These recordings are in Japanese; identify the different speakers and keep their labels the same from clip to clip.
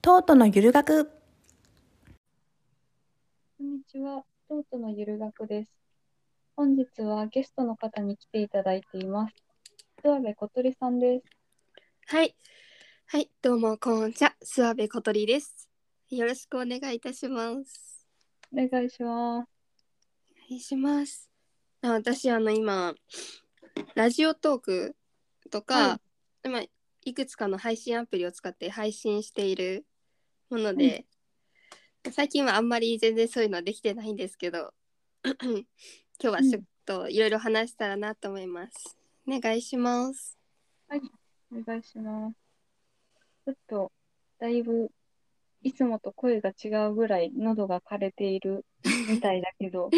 Speaker 1: トートのゆる学
Speaker 2: こんにちは、京都のゆる学です。本日はゲストの方に来ていただいています。諏訪部小鳥さんです。
Speaker 3: はい。はい、どうも、こんにちは。諏訪部小鳥です。よろしくお願いいたします。
Speaker 2: お願いします。
Speaker 3: お願いします。あ私、あの、今、ラジオトークとか、まあ、いくつかの配信アプリを使って配信しているもので、最近はあんまり全然そういうのはできてないんですけど、 今日はちょっといろいろ話したらなと思います。お願いします。
Speaker 2: お願いします。ちょっと、だいぶ、いつもと声が違うぐらい喉が枯れてい るみたいだけど、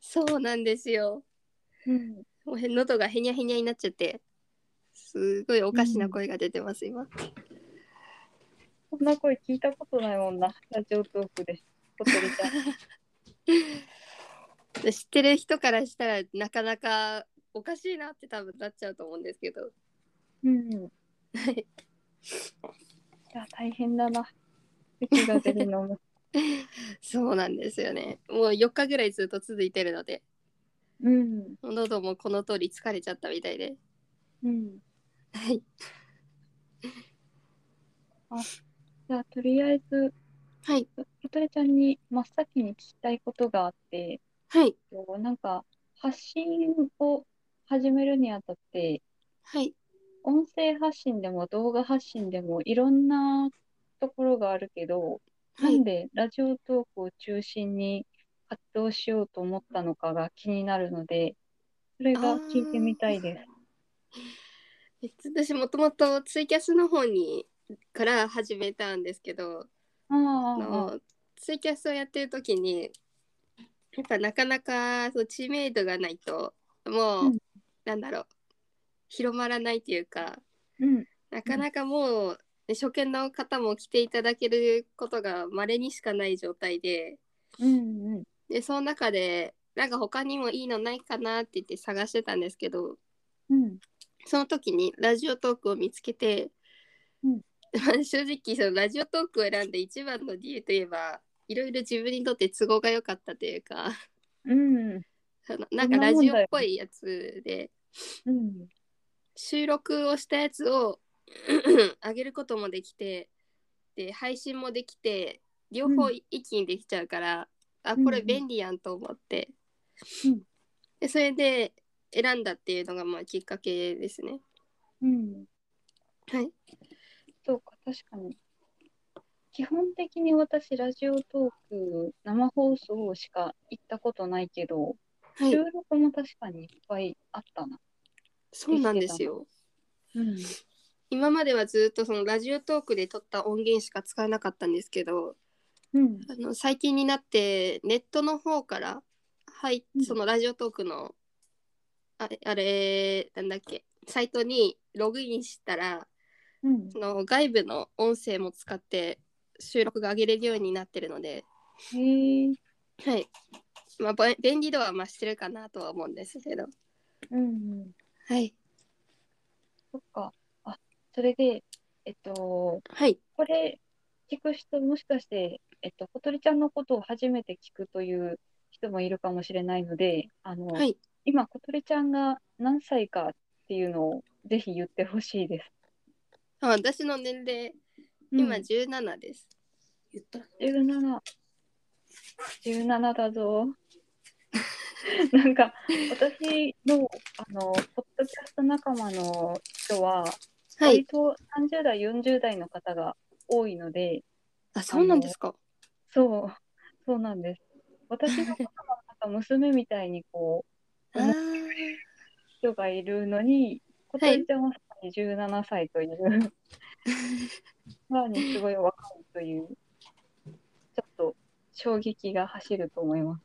Speaker 3: そうなんですよ。
Speaker 2: うん、
Speaker 3: もう 喉がへにゃへにゃになっちゃってすごいおかしな声が出てます、今
Speaker 2: こんな声聞いたことないもんな、ラジオトークで。小鳥ちゃん。
Speaker 3: 知ってる人からしたらなかなかおかしいなって多分なっちゃうと思うんですけど
Speaker 2: うん。い
Speaker 3: はい
Speaker 2: や、大変だな。咳が出るのも。
Speaker 3: そうなんですよねもう4日ぐらいずっと続いてるので
Speaker 2: うん。
Speaker 3: 喉もこの通り疲れちゃったみたいで
Speaker 2: うん。
Speaker 3: はい
Speaker 2: じゃあ、とりあえず、
Speaker 3: はい
Speaker 2: 小鳥ちゃんに真っ先に聞きたいことがあって、
Speaker 3: はい
Speaker 2: こうなんか発信を始めるにあたって、
Speaker 3: はい
Speaker 2: 音声発信でも動画発信でもいろんなところがあるけど、
Speaker 3: は
Speaker 2: なん
Speaker 3: い
Speaker 2: でラジオトークを中心に活動しようと思ったのかが気になるので、それが聞いてみたいです。
Speaker 3: え私もともとツイキャスの方にから始めたんですけど
Speaker 2: ああ
Speaker 3: あのツイキャスをやってる時にやっぱなかなかそう知名度がないともう、
Speaker 2: うん
Speaker 3: なんだろう広まらないというか
Speaker 2: うん、
Speaker 3: なかなかもう、初見の方も来ていただけることがまれにしかない状態で
Speaker 2: うん、うん。
Speaker 3: でその中でなんか他にもいいのないかなって言って探してたんですけど
Speaker 2: うん、
Speaker 3: その時にラジオトークを見つけて、
Speaker 2: うん
Speaker 3: まあ 正直そのラジオトークを選んで一番の理由といえばいろいろ自分にとって都合が良かったというか
Speaker 2: うん、
Speaker 3: そのなんかラジオっぽいやつで
Speaker 2: うん、
Speaker 3: 収録をしたやつを 上げることもできてで配信もできて両方一気にできちゃうから、あこれ便利やんと思って、
Speaker 2: うん
Speaker 3: でそれで選んだっていうのがまあきっかけですね。
Speaker 2: うん。
Speaker 3: はい、
Speaker 2: そうか、確かに。基本的に私、ラジオトーク、生放送しか行ったことないけど、
Speaker 3: はい
Speaker 2: 収録も確かにいっぱいあったな。
Speaker 3: そうなんですよ。
Speaker 2: うん。
Speaker 3: 今まではずっとそのラジオトークで撮った音源しか使えなかったんですけど
Speaker 2: うん。
Speaker 3: あの最近になってネットの方から、はい
Speaker 2: うん、
Speaker 3: そのラジオトークのあれあれなんだっけサイトにログインしたら
Speaker 2: うん。
Speaker 3: その外部の音声も使って収録が上げれるようになってるので、
Speaker 2: へえ。
Speaker 3: はいまあ、べ便利度は増してるかなとは思うんですけど。
Speaker 2: うんうん。
Speaker 3: はい、
Speaker 2: そっか。あ、それで、えっと、
Speaker 3: はい
Speaker 2: これ、聞く人、もしかして、えっと、小鳥ちゃんのことを初めて聞くという人もいるかもしれないので、あの、
Speaker 3: はい
Speaker 2: 今、小鳥ちゃんが何歳かっていうのをぜひ言ってほしいです。
Speaker 3: あ私の年齢
Speaker 2: うん
Speaker 3: 今17です。言った
Speaker 2: 17 17だぞなんか私のあのポッドキャスト仲間の人は、
Speaker 3: は
Speaker 2: 割
Speaker 3: い
Speaker 2: と30代40代の方が多いので
Speaker 3: あそうなんですか。
Speaker 2: そうそうなんです私の仲間はなんか娘みたいにこ
Speaker 3: あ
Speaker 2: あの
Speaker 3: ー
Speaker 2: う人がいるのに小
Speaker 3: はい
Speaker 2: 鳥ちゃんはさらに17歳という さら、にすごい若いというちょっと衝撃が走ると思い ます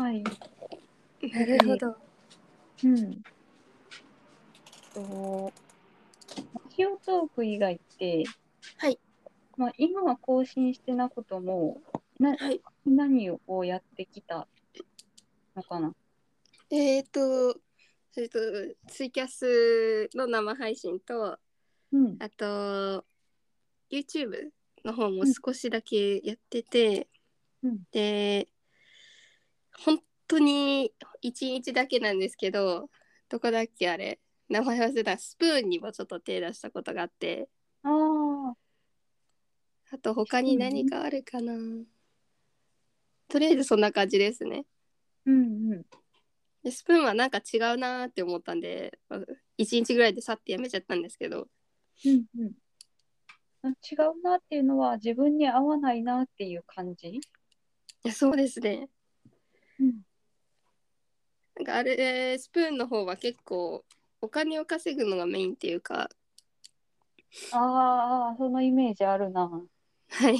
Speaker 2: はい
Speaker 3: なるほど。
Speaker 2: うんとラジオトーク以外って、
Speaker 3: はい
Speaker 2: まあ、今は更新してなくともな
Speaker 3: はい。
Speaker 2: 何をやってきたのかな
Speaker 3: えっ、ー、と、えっ、と、ツイキャスの生配信と、
Speaker 2: うん。
Speaker 3: あと YouTube の方も少しだけやってて、
Speaker 2: うん
Speaker 3: で本当に一日だけなんですけどどこだっけあれ名前忘れたスプーンにもちょっと手出したことがあって
Speaker 2: ああ、
Speaker 3: あと他に何かあるかな、とりあえずそんな感じですね
Speaker 2: うんうん。
Speaker 3: でスプーンはなんか違うなーって思ったんで一日ぐらいでさってやめちゃったんですけど
Speaker 2: うんうん。あ違うなっていうのは自分に合わないなっていう感じ。
Speaker 3: いやそうですね
Speaker 2: うん。
Speaker 3: なんかあれスプーンの方は結構お金を稼ぐのがメインっていうか
Speaker 2: ああ、そのイメージあるな。
Speaker 3: はい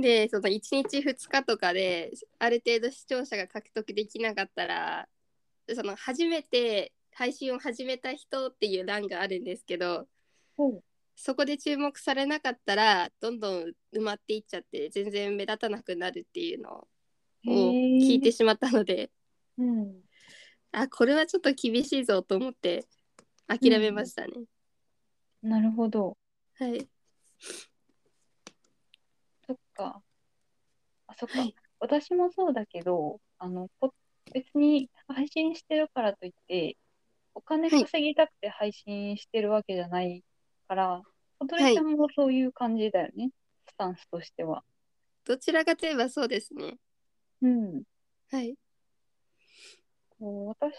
Speaker 3: でその1日2日とかである程度視聴者が獲得できなかったらその初めて配信を始めた人っていう欄があるんですけど
Speaker 2: ほう。
Speaker 3: そこで注目されなかったらどんどん埋まっていっちゃって全然目立たなくなるっていうのを
Speaker 2: へえ
Speaker 3: 聞いてしまったので
Speaker 2: うん。
Speaker 3: あこれはちょっと厳しいぞと思って諦めましたね。
Speaker 2: なるほど。
Speaker 3: はい、
Speaker 2: そっか。あ、そっか。
Speaker 3: はい
Speaker 2: 私もそうだけど、あの、ポ別に配信してるからといって、お金
Speaker 3: はい
Speaker 2: 稼ぎたくて配信してるわけじゃないから、小鳥ちゃんもそういう感じだよね、スタンスとしては。
Speaker 3: どちらかといえばそうですね。
Speaker 2: うん。
Speaker 3: はい。
Speaker 2: こう私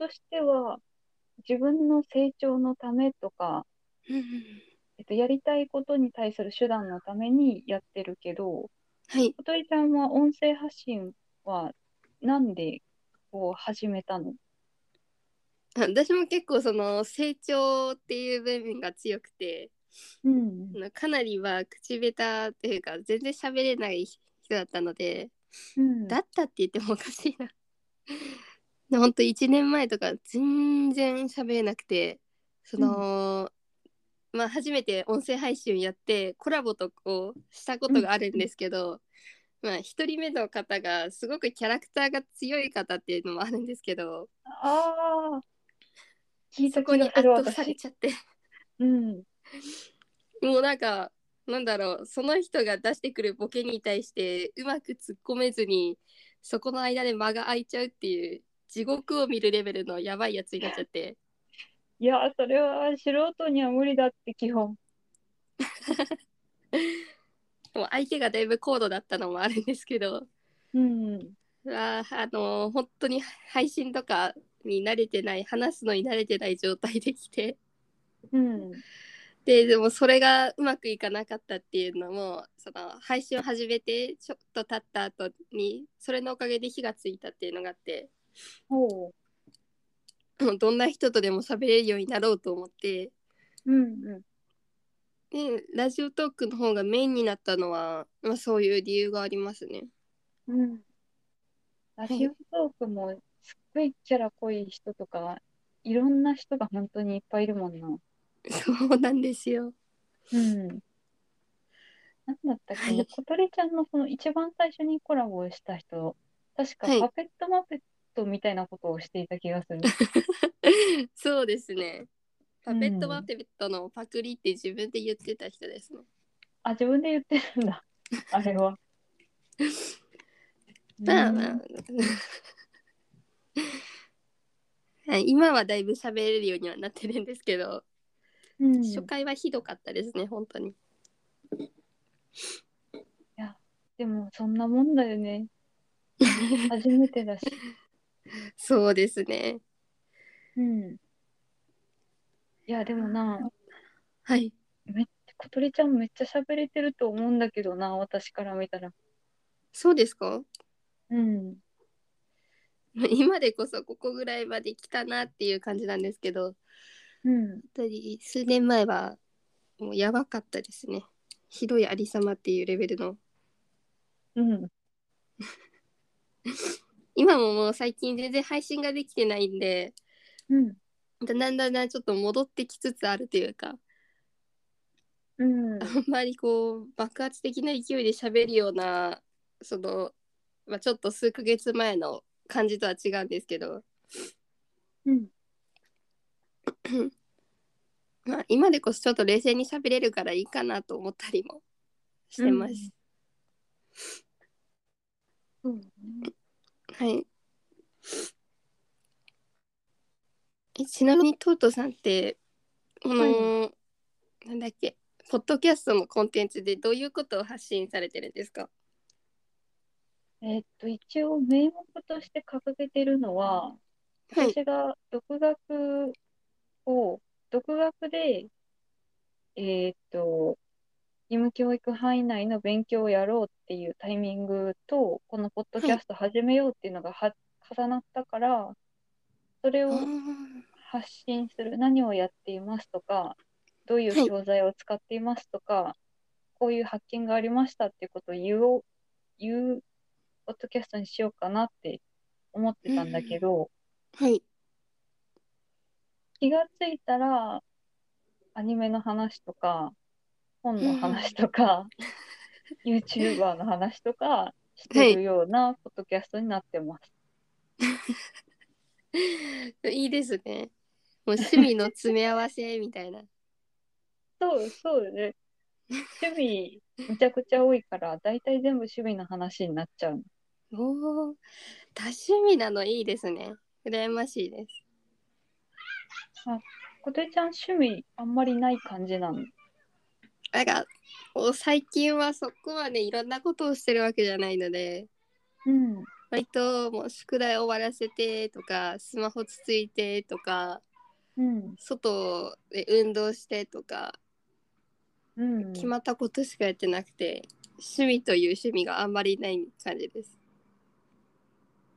Speaker 2: としては、自分の成長のためとか、えっと、やりたいことに対する手段のためにやってるけど、
Speaker 3: はい。
Speaker 2: 小鳥ちゃんは音声発信はなんでこう始めたの
Speaker 3: 私も結構その成長っていう部分が強くて、
Speaker 2: うん
Speaker 3: あのかなりは口下手というか全然喋れない人だったので、
Speaker 2: うん
Speaker 3: だったって言ってもおかしいな。でほんと1年前とか全然喋れなくて、その、まあ初めて音声配信やってコラボとこうしたことがあるんですけど、まあ一人目の方がすごくキャラクターが強い方っていうのもあるんですけど、
Speaker 2: ああ聞い
Speaker 3: そ
Speaker 2: た
Speaker 3: こ
Speaker 2: 気
Speaker 3: に
Speaker 2: が
Speaker 3: 圧
Speaker 2: する
Speaker 3: 倒され
Speaker 2: 私
Speaker 3: ちゃって
Speaker 2: うん
Speaker 3: もうなんかなんだろうその人が出してくるボケに対してうまく突っ込めずにそこの間で間が空いちゃうっていう地獄を見るレベルのやばいやつになっちゃって
Speaker 2: いやそれは素人には無理だって基本
Speaker 3: もう相手がだいぶ高度だったのもあるんですけど
Speaker 2: うん
Speaker 3: あーあのー本当に配信とかに慣れてない話すのに慣れてない状態できて
Speaker 2: うん
Speaker 3: ででもそれがうまくいかなかったっていうのもその配信を始めてちょっと経った後にそれのおかげで火がついたっていうのがあって
Speaker 2: ほう
Speaker 3: も うどんな人とでも喋れるようになろうと思って
Speaker 2: うんうん
Speaker 3: でラジオトークの方がメインになったのは、まあ、そういう理由がありますね。
Speaker 2: うんラジオトークもすっごいキャラ濃い人とかいろんな人が本当にいっぱいいるもんな
Speaker 3: そうなんですよ。
Speaker 2: うんなんだったっけ
Speaker 3: は
Speaker 2: ね、
Speaker 3: い
Speaker 2: 小鳥ちゃんのその一番最初にコラボをした人、確か
Speaker 3: はい
Speaker 2: パペットマペットみたいなことをしていた気がする。
Speaker 3: そうですね。パペット
Speaker 2: うん
Speaker 3: マペットのパクリって自分で言ってた人ですね。
Speaker 2: あ、自分で言ってるん だ、あれは。
Speaker 3: まあ
Speaker 2: うん
Speaker 3: まあ。 はい今はだいぶ喋れるようにはなってるんですけど、
Speaker 2: うん
Speaker 3: 初回はひどかったですね本当に
Speaker 2: でもそんなもんだよね。初めて だし。
Speaker 3: そうですね
Speaker 2: うん。いや、でもな、
Speaker 3: はい
Speaker 2: 小鳥ちゃんめっちゃ喋れてると思うんだけどな、私から見たら。
Speaker 3: そうですか
Speaker 2: うん。
Speaker 3: 今でこそここぐらいまで来たなっていう感じなんですけど
Speaker 2: うん。
Speaker 3: 本当に数年前はもうやばかったですねひどいありさまっていうレベルの
Speaker 2: うん。
Speaker 3: 今ももう最近全然配信ができてないんで
Speaker 2: うん。
Speaker 3: だんだんだんだんちょっと戻ってきつつあるというか
Speaker 2: うん。
Speaker 3: あんまりこう爆発的な勢いで喋るようなその、まあ、ちょっと数ヶ月前の感じとは違うんですけど
Speaker 2: うん。
Speaker 3: まあ、今でこそちょっと冷静に喋れるからいいかなと思ったりもしてます。
Speaker 2: そうね。
Speaker 3: はい。えちなみにトートさんってこの、なんだっけポッドキャストのコンテンツでどういうことを発信されてるんですか
Speaker 2: えーっと、一応名目として掲げてるのは、
Speaker 3: はい。
Speaker 2: 私が独学を、独学で、えーっと、義務教育範囲内の勉強をやろうっていうタイミングと、このポッドキャスト始めようっていうのがは重なったから、それ
Speaker 3: あ
Speaker 2: を
Speaker 3: ー
Speaker 2: 発信する、何をやっていますとか、どうい
Speaker 3: は
Speaker 2: う
Speaker 3: い
Speaker 2: 教材を使っていますとか、こういう発見がありましたっていうことを言おう、言う、ポッドキャストにしようかなって思ってたんだけど、
Speaker 3: はい。
Speaker 2: 気がついたら、アニメの話とか、本の話とか、YouTuber の話とかしてるようなポッドキャストになってます。
Speaker 3: いいですね。もう趣味の詰め合わせみたいな。
Speaker 2: そう、そうね。趣味、めちゃくちゃ多いから、だいたい全部趣味の話になっちゃう。
Speaker 3: おお、多趣味なのいいですね。羨ましいです。
Speaker 2: ことえちゃん、趣味あんまりない感じなの。
Speaker 3: なんか、こう最近はそこはね、いろんなことをしてるわけじゃないので、
Speaker 2: うん。
Speaker 3: 割ともう宿題終わらせてとか、スマホつついてとか、
Speaker 2: うん。
Speaker 3: 外で運動してとか、
Speaker 2: うん。
Speaker 3: 決まったことしかやってなくて、趣味という趣味があんまりない感じです。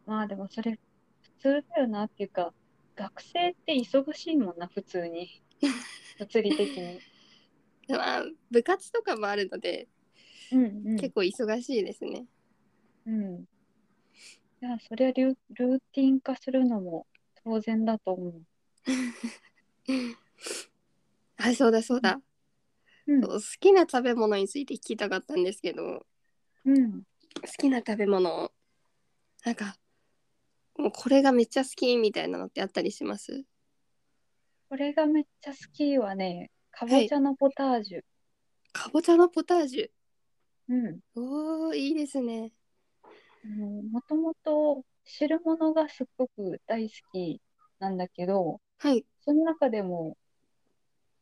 Speaker 2: まあでもそれ、普通だよなっていうか、学生って忙しいもんな、普通 に。物理的に。
Speaker 3: まあ、部活とかもあるので、
Speaker 2: うんうん。
Speaker 3: 結構忙しいですね。
Speaker 2: うん。いや、そりゃルー、ルーティン化するのも当然だと思う。
Speaker 3: あ、そうだそうだ。
Speaker 2: うん
Speaker 3: 好きな食べ物について聞きたかったんですけど、
Speaker 2: うん。
Speaker 3: 好きな食べ物なんかもうこれがめっちゃ好きみたいなのってあったりします
Speaker 2: これがめっちゃ好きはね、かぼちゃのポタージュ。
Speaker 3: かぼちゃのポタージ
Speaker 2: うん。
Speaker 3: ュおーいいですね
Speaker 2: あのもともと汁物がすっごく大好きなんだけど、
Speaker 3: はい
Speaker 2: その中でも、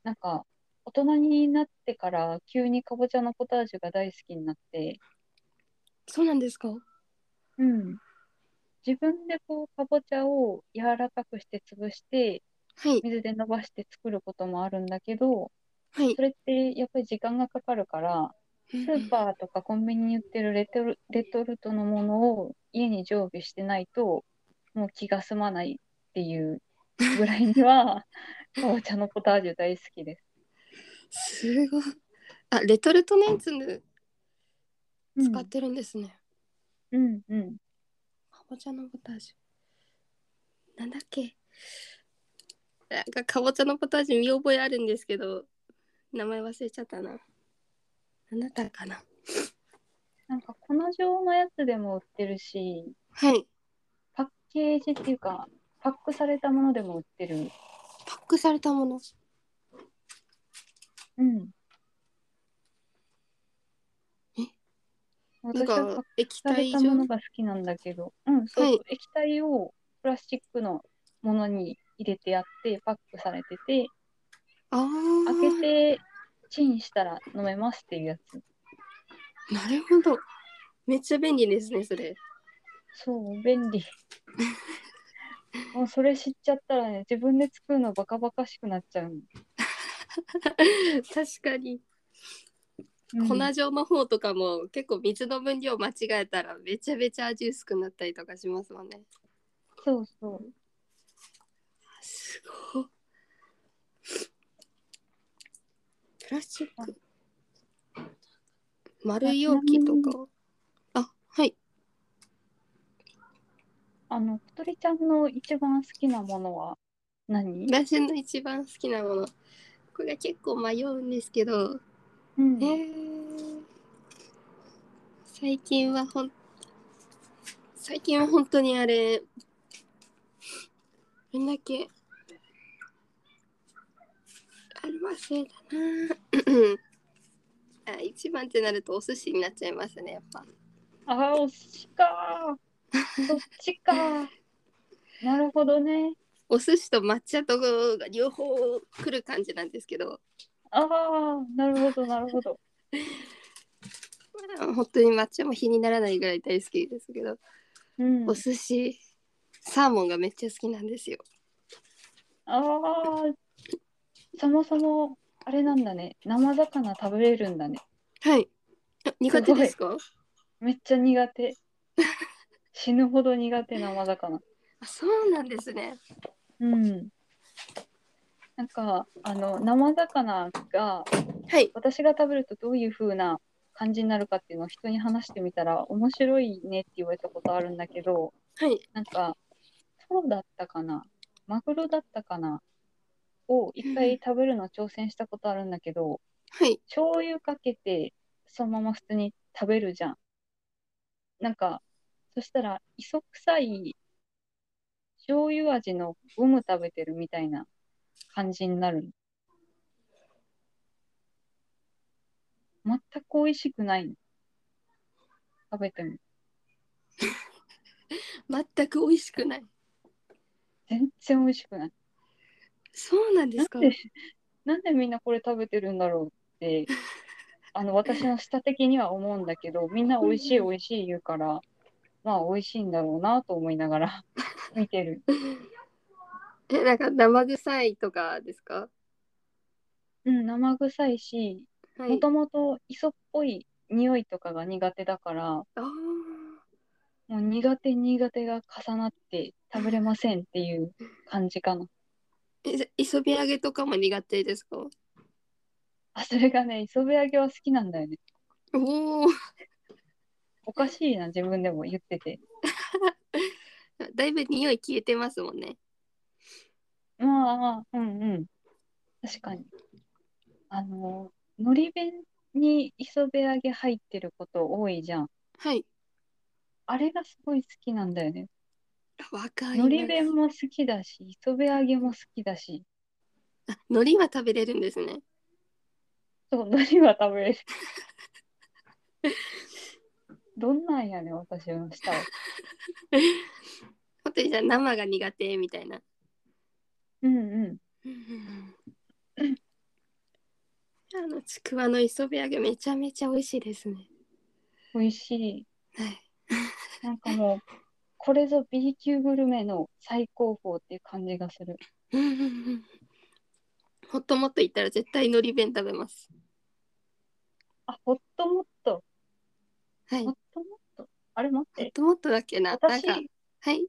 Speaker 2: なんか、大人になってから急にかぼちゃのポタージュが大好きになって、
Speaker 3: そうなんですか
Speaker 2: うん。自分でこう、かぼちゃを柔らかくして潰して、
Speaker 3: はい
Speaker 2: 水で伸ばして作ることもあるんだけど、
Speaker 3: はい
Speaker 2: それってやっぱり時間がかかるから、
Speaker 3: ス
Speaker 2: スーパーとかコンビニに売ってるレトルレトルトのものを家に常備してないと、もう気が済まないっていうぐらいに は、かぼちゃのポタージュ大好きです。
Speaker 3: すごいあレトルトのやつ使ってるんですね、
Speaker 2: うんうん。
Speaker 3: かぼちゃのポタージュなんだっけなんかかぼちゃのポタージュ見覚えあるんですけど名前忘れちゃったななんだったかな
Speaker 2: なんか粉状のやつでも売ってるし、
Speaker 3: はい
Speaker 2: パッケージっていうか、パックされたものでも売ってる。
Speaker 3: パックされたもの
Speaker 2: うん。
Speaker 3: えな
Speaker 2: 私
Speaker 3: ん
Speaker 2: はパッ
Speaker 3: か液
Speaker 2: され
Speaker 3: 体
Speaker 2: た
Speaker 3: 状
Speaker 2: ものが好きなんだけど、うん、そうそう、
Speaker 3: はい
Speaker 2: 液体をプラスチックのものに入れてあって、パックされてて、
Speaker 3: ああ
Speaker 2: 開けてチンしたら飲めますっていうやつ。
Speaker 3: なるほどめっちゃ便利ですねそれ
Speaker 2: そう、便利。もうそれ知っちゃったらね、自分で作るのバカバカしくなっちゃうの。
Speaker 3: 確かに、
Speaker 2: うん
Speaker 3: 粉状の方とかも結構水の分量間違えたらめちゃめちゃ味薄くなったりとかしますもんね
Speaker 2: そうそう。
Speaker 3: すごいプラスチック丸い容器とかあはい
Speaker 2: あの、小鳥ちゃんの一番好きなものは何、
Speaker 3: 私の一番好きなものこれ結構迷うんですけど
Speaker 2: うん
Speaker 3: えー最近はほん最近は本当にあれなんだっけ春忘れたな あ一番ってなるとお寿司になっちゃいますねやっぱ
Speaker 2: ああ、お寿司か ー。そっちかー。なるほどね。
Speaker 3: お寿司と抹茶とが両方来る感じなんですけど
Speaker 2: ああ、なるほど、なるほど。
Speaker 3: まあ本当に抹茶も比にならないぐらい大好きですけど、
Speaker 2: うん
Speaker 3: お。寿司サーモンがめっちゃ好きなんですよ
Speaker 2: ああ、そもそも、あれなんだね。生魚食べれるんだね。
Speaker 3: はいあ苦手ですか
Speaker 2: めっちゃ苦手。死ぬほど苦手、生魚。
Speaker 3: あそうなんですね
Speaker 2: うん。なんか、あの、生魚が、
Speaker 3: はい
Speaker 2: 私が食べるとどういう風な感じになるかっていうのを人に話してみたら、面白いねって言われたことあるんだけど、
Speaker 3: はい
Speaker 2: なんか、そうだったかな、マグロだったかな、を一回食べるの挑戦したことあるんだけど、
Speaker 3: はい
Speaker 2: 醤油かけて、そのまま普通に食べるじゃん。なんか、そしたら、磯臭い醤油味のゴム食べてるみたいな感じになるの。全く美味しくないの。食べても。
Speaker 3: 全く美味しくない
Speaker 2: 全然美味しくない。
Speaker 3: そうなんで
Speaker 2: なん
Speaker 3: すか
Speaker 2: でなんでみんなこれ食べてるんだろう ってあの私の舌的には思うんだけどみんな美味しい美味しい言うからまあ美味しいんだろうなと思いながら 見てる
Speaker 3: えなんか生臭いとかですか
Speaker 2: うん生臭いし
Speaker 3: は
Speaker 2: も
Speaker 3: い
Speaker 2: ともと磯っぽい匂いとかが苦手だからも
Speaker 3: あー
Speaker 2: う苦手苦手が重なって食べれませんっていう感じかな
Speaker 3: え磯辺揚げとかも苦手ですか
Speaker 2: あそれがね磯辺揚げは好きなんだよね
Speaker 3: おお
Speaker 2: おかしいな自分でも言ってて
Speaker 3: だいぶ匂い消えてますもんね
Speaker 2: まあまあ、うんうん。確かに。あの、のり弁に磯辺揚げ入ってること多いじゃん。
Speaker 3: はい
Speaker 2: あれがすごい好きなんだよね。
Speaker 3: わかります
Speaker 2: のり弁も好きだし、磯辺揚げも好きだし、
Speaker 3: あ海苔は食べれるんですね
Speaker 2: そう、のりは食べれる。どんなんやねん、私の舌は。
Speaker 3: 本当にじゃあ生が苦手みたいな
Speaker 2: うんうん。
Speaker 3: あのちくわの磯辺揚げめちゃめちゃ美味しいですね
Speaker 2: 美味しい。
Speaker 3: はい
Speaker 2: なんかもう、これぞ B 級グルメの最高峰っていう感じがする。
Speaker 3: ほっともっと言ったら絶対海苔弁食べます
Speaker 2: あ、ほっともっと。
Speaker 3: は
Speaker 2: ほ
Speaker 3: いほ
Speaker 2: っともっと。あれ、待って
Speaker 3: っ。ともっとだっけななんか
Speaker 2: 私、
Speaker 3: はい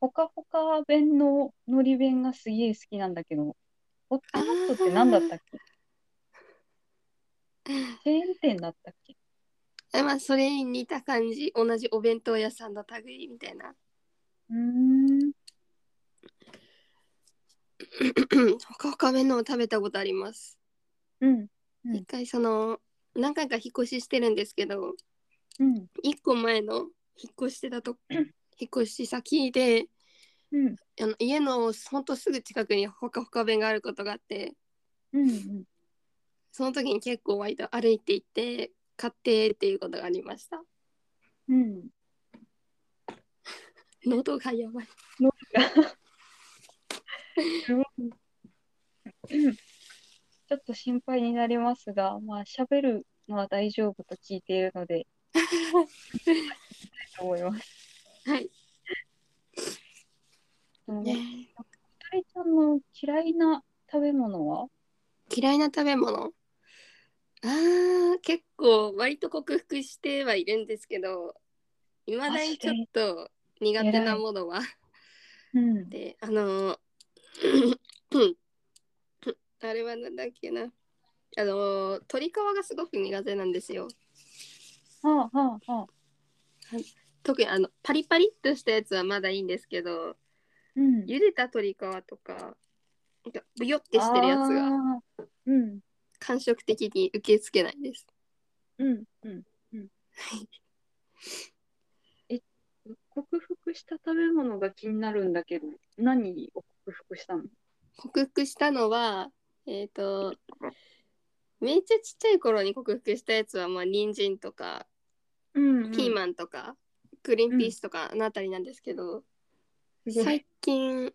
Speaker 2: ほかほか弁ののり弁がすげえ好きなんだけど、ホットモットって何だったっけチェーン店だったっけ
Speaker 3: えまあそれに似た感じ同じお弁当屋さんの類みたいな
Speaker 2: うーん。
Speaker 3: ほかほか弁のを食べたことあります
Speaker 2: うん。うん
Speaker 3: 一回その何回か引っ越ししてるんですけど
Speaker 2: うん。
Speaker 3: 一個前の引っ越してたと引っ越し先で
Speaker 2: うん。
Speaker 3: あの家のほんとすぐ近くにほかほか弁があることがあって
Speaker 2: うん。うん
Speaker 3: その時に結構割と歩いて行って買ってっていうことがありました
Speaker 2: うん。
Speaker 3: 喉がやばい
Speaker 2: ちょっと心配になりますが、まあ、喋るのは大丈夫と聞いているの で、と思います。
Speaker 3: はい
Speaker 2: そのね、二人ちゃんの嫌いな食べ物は
Speaker 3: 嫌いな食べ物あー結構割と克服してはいるんですけどいまだにちょっと苦手なものは
Speaker 2: うん。
Speaker 3: であの あれはなんだっけなあの鶏皮がすごく苦手なんですよ
Speaker 2: はあはあはあ。
Speaker 3: 特にあのパリパリっとしたやつはまだいいんですけど
Speaker 2: うん。
Speaker 3: 茹でた鶏皮とかなんかブヨってしてるやつが
Speaker 2: あー。うん。
Speaker 3: 感触的に受け付けないです
Speaker 2: うんうんうん。え、克服した食べ物が気になるんだけど、何を克服したの
Speaker 3: 克服したのはえっ、とめっちゃちっちゃい頃に克服したやつはまあ人参とか
Speaker 2: うん、
Speaker 3: ピーマンとか、グリーンピースとかのあたりなんですけど、
Speaker 2: ン
Speaker 3: 最近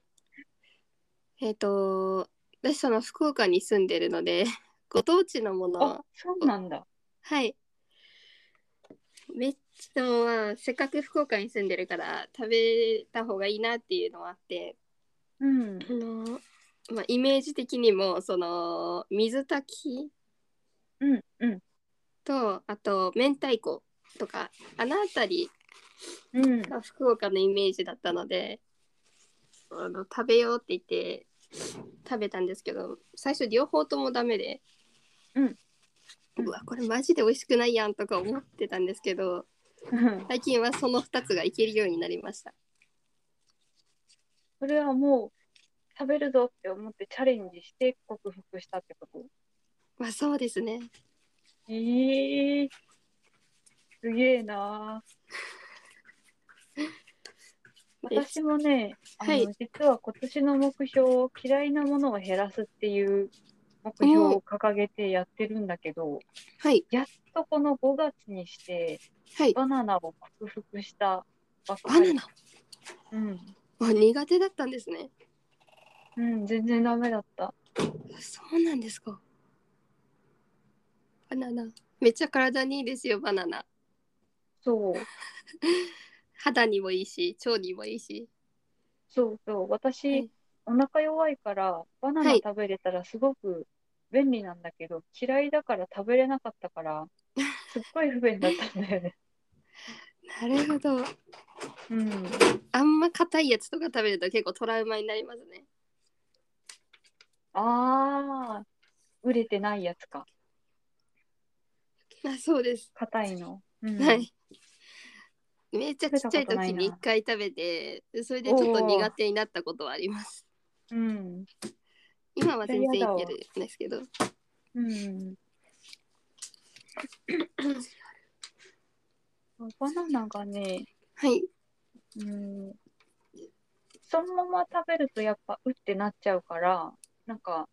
Speaker 3: えっ、と私その福岡に住んでるのでご当地のものを
Speaker 2: あそうなんだ。
Speaker 3: はい。めっちゃ、でもまあ、せっかく福岡に住んでるから、食べた方がいいなっていうのはあって、
Speaker 2: うん
Speaker 3: あの、まあ、イメージ的にも、その、水炊き
Speaker 2: うんうん
Speaker 3: と、あと、明太子とか、あのあたり
Speaker 2: うん
Speaker 3: が福岡のイメージだったので、あの食べようって言って、食べたんですけど、最初両方ともダメで、
Speaker 2: うん
Speaker 3: うわ、これマジで美味しくないやんとか思ってたんですけど、
Speaker 2: うん。
Speaker 3: 最近はその2つがいけるようになりました
Speaker 2: それはもう食べるぞって思ってチャレンジして克服したってこと
Speaker 3: まあそうですね
Speaker 2: ええすげえなー
Speaker 3: え
Speaker 2: 私もね、あの、
Speaker 3: はい
Speaker 2: 実は今年の目標を嫌いなものを減らすっていう目標を掲げてやってるんだけど、
Speaker 3: はい
Speaker 2: やっとこの5月にして
Speaker 3: はい
Speaker 2: バナナを克服したばっ
Speaker 3: バ
Speaker 2: か
Speaker 3: ナ
Speaker 2: り。
Speaker 3: ナ
Speaker 2: うん、
Speaker 3: あ苦手だったんですね
Speaker 2: うん、全然ダメだった。
Speaker 3: そうなんですかバナナめっちゃ体にいいですよバナナ
Speaker 2: そう、
Speaker 3: 肌にもいいし腸にもいいし
Speaker 2: そうそう。私、
Speaker 3: はい
Speaker 2: お腹弱いからバナナ食べれたらすごく便利なんだけど、嫌いだから食べれなかった から、すっごい不便だったんだよね。
Speaker 3: なるほど
Speaker 2: うん。
Speaker 3: あんま硬いやつとか食べると結構トラウマになりますね
Speaker 2: ああ、売れてないやつか。
Speaker 3: あそうです、
Speaker 2: 硬いの。うん
Speaker 3: はいめっちゃちっちゃい時に1回食べてそれでちょっと苦手になったことはあります
Speaker 2: うん。
Speaker 3: 今は全然いけるんですけど
Speaker 2: うん。バナナがね、
Speaker 3: はい
Speaker 2: うん、そのまま食べるとやっぱうってなっちゃうから、なんか、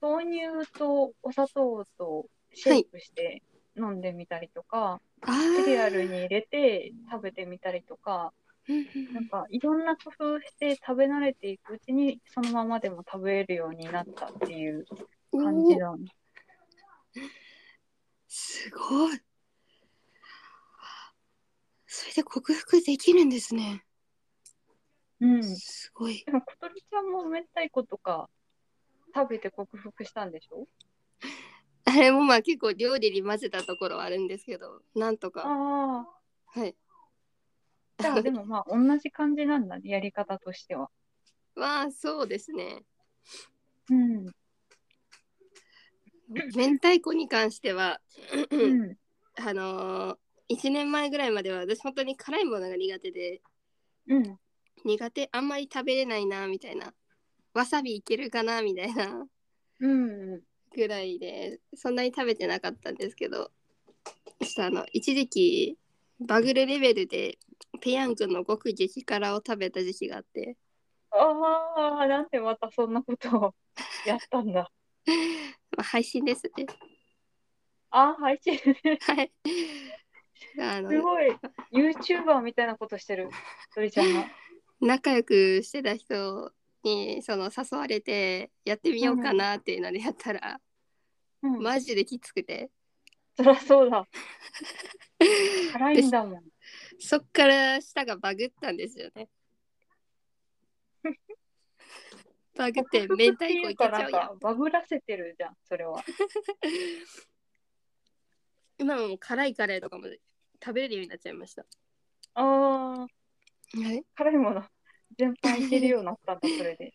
Speaker 2: 豆乳とお砂糖とシェイクして飲んでみたりとか、
Speaker 3: あ
Speaker 2: シリアル
Speaker 3: ー
Speaker 2: に入れて食べてみたりとか、
Speaker 3: うんうんう
Speaker 2: なんんかいろんな工夫して食べ慣れていくうちにそのままでも食べれるようになったっていう感じ
Speaker 3: おー
Speaker 2: だね。
Speaker 3: すごいそれで克服できるんですね、
Speaker 2: うん。です
Speaker 3: ごい
Speaker 2: も、小鳥ちゃんも明太子とか食べて克服したんでしょ
Speaker 3: あれもまあ結構料理に混ぜたところはあるんですけどなんとか
Speaker 2: ああ。
Speaker 3: はい
Speaker 2: じゃあでもまあ同じ感じなんだね、やり方としては。
Speaker 3: まあそうですね
Speaker 2: うん。
Speaker 3: 明太子に関しては
Speaker 2: うん。
Speaker 3: あのー、1年前ぐらいまでは私本当に辛いものが苦手で
Speaker 2: うん。
Speaker 3: 苦手あんまり食べれないなみたいなわさびいけるかなみたいな
Speaker 2: うん。
Speaker 3: ぐらいでそんなに食べてなかったんですけどちょっとあの一時期バグルレベルでペヤングの極激辛を食べた時期があって
Speaker 2: ああ、なんでまたそんなことを やったんだ。
Speaker 3: まあ配信ですね
Speaker 2: ああ、配信す
Speaker 3: はいあの
Speaker 2: ごい。YouTuber みたいなことしてる、鳥ちゃんが。
Speaker 3: 仲良くしてた人にその誘われてやってみようかなっていうのでやったら、
Speaker 2: うん。
Speaker 3: マジできつくて
Speaker 2: そりゃそうだ。辛いんだも ん。
Speaker 3: そっから舌がバグったんですよ ねバグって明太子
Speaker 2: 克服っ
Speaker 3: いけち
Speaker 2: て
Speaker 3: ゃ
Speaker 2: いうかな
Speaker 3: やん
Speaker 2: んかバグらせてるじゃん、それは。
Speaker 3: 今はもう辛いカレーとかも食べれるようになっちゃいました。
Speaker 2: ああ、
Speaker 3: はい、
Speaker 2: 辛いもの全般いけるようになったんだ、それ で。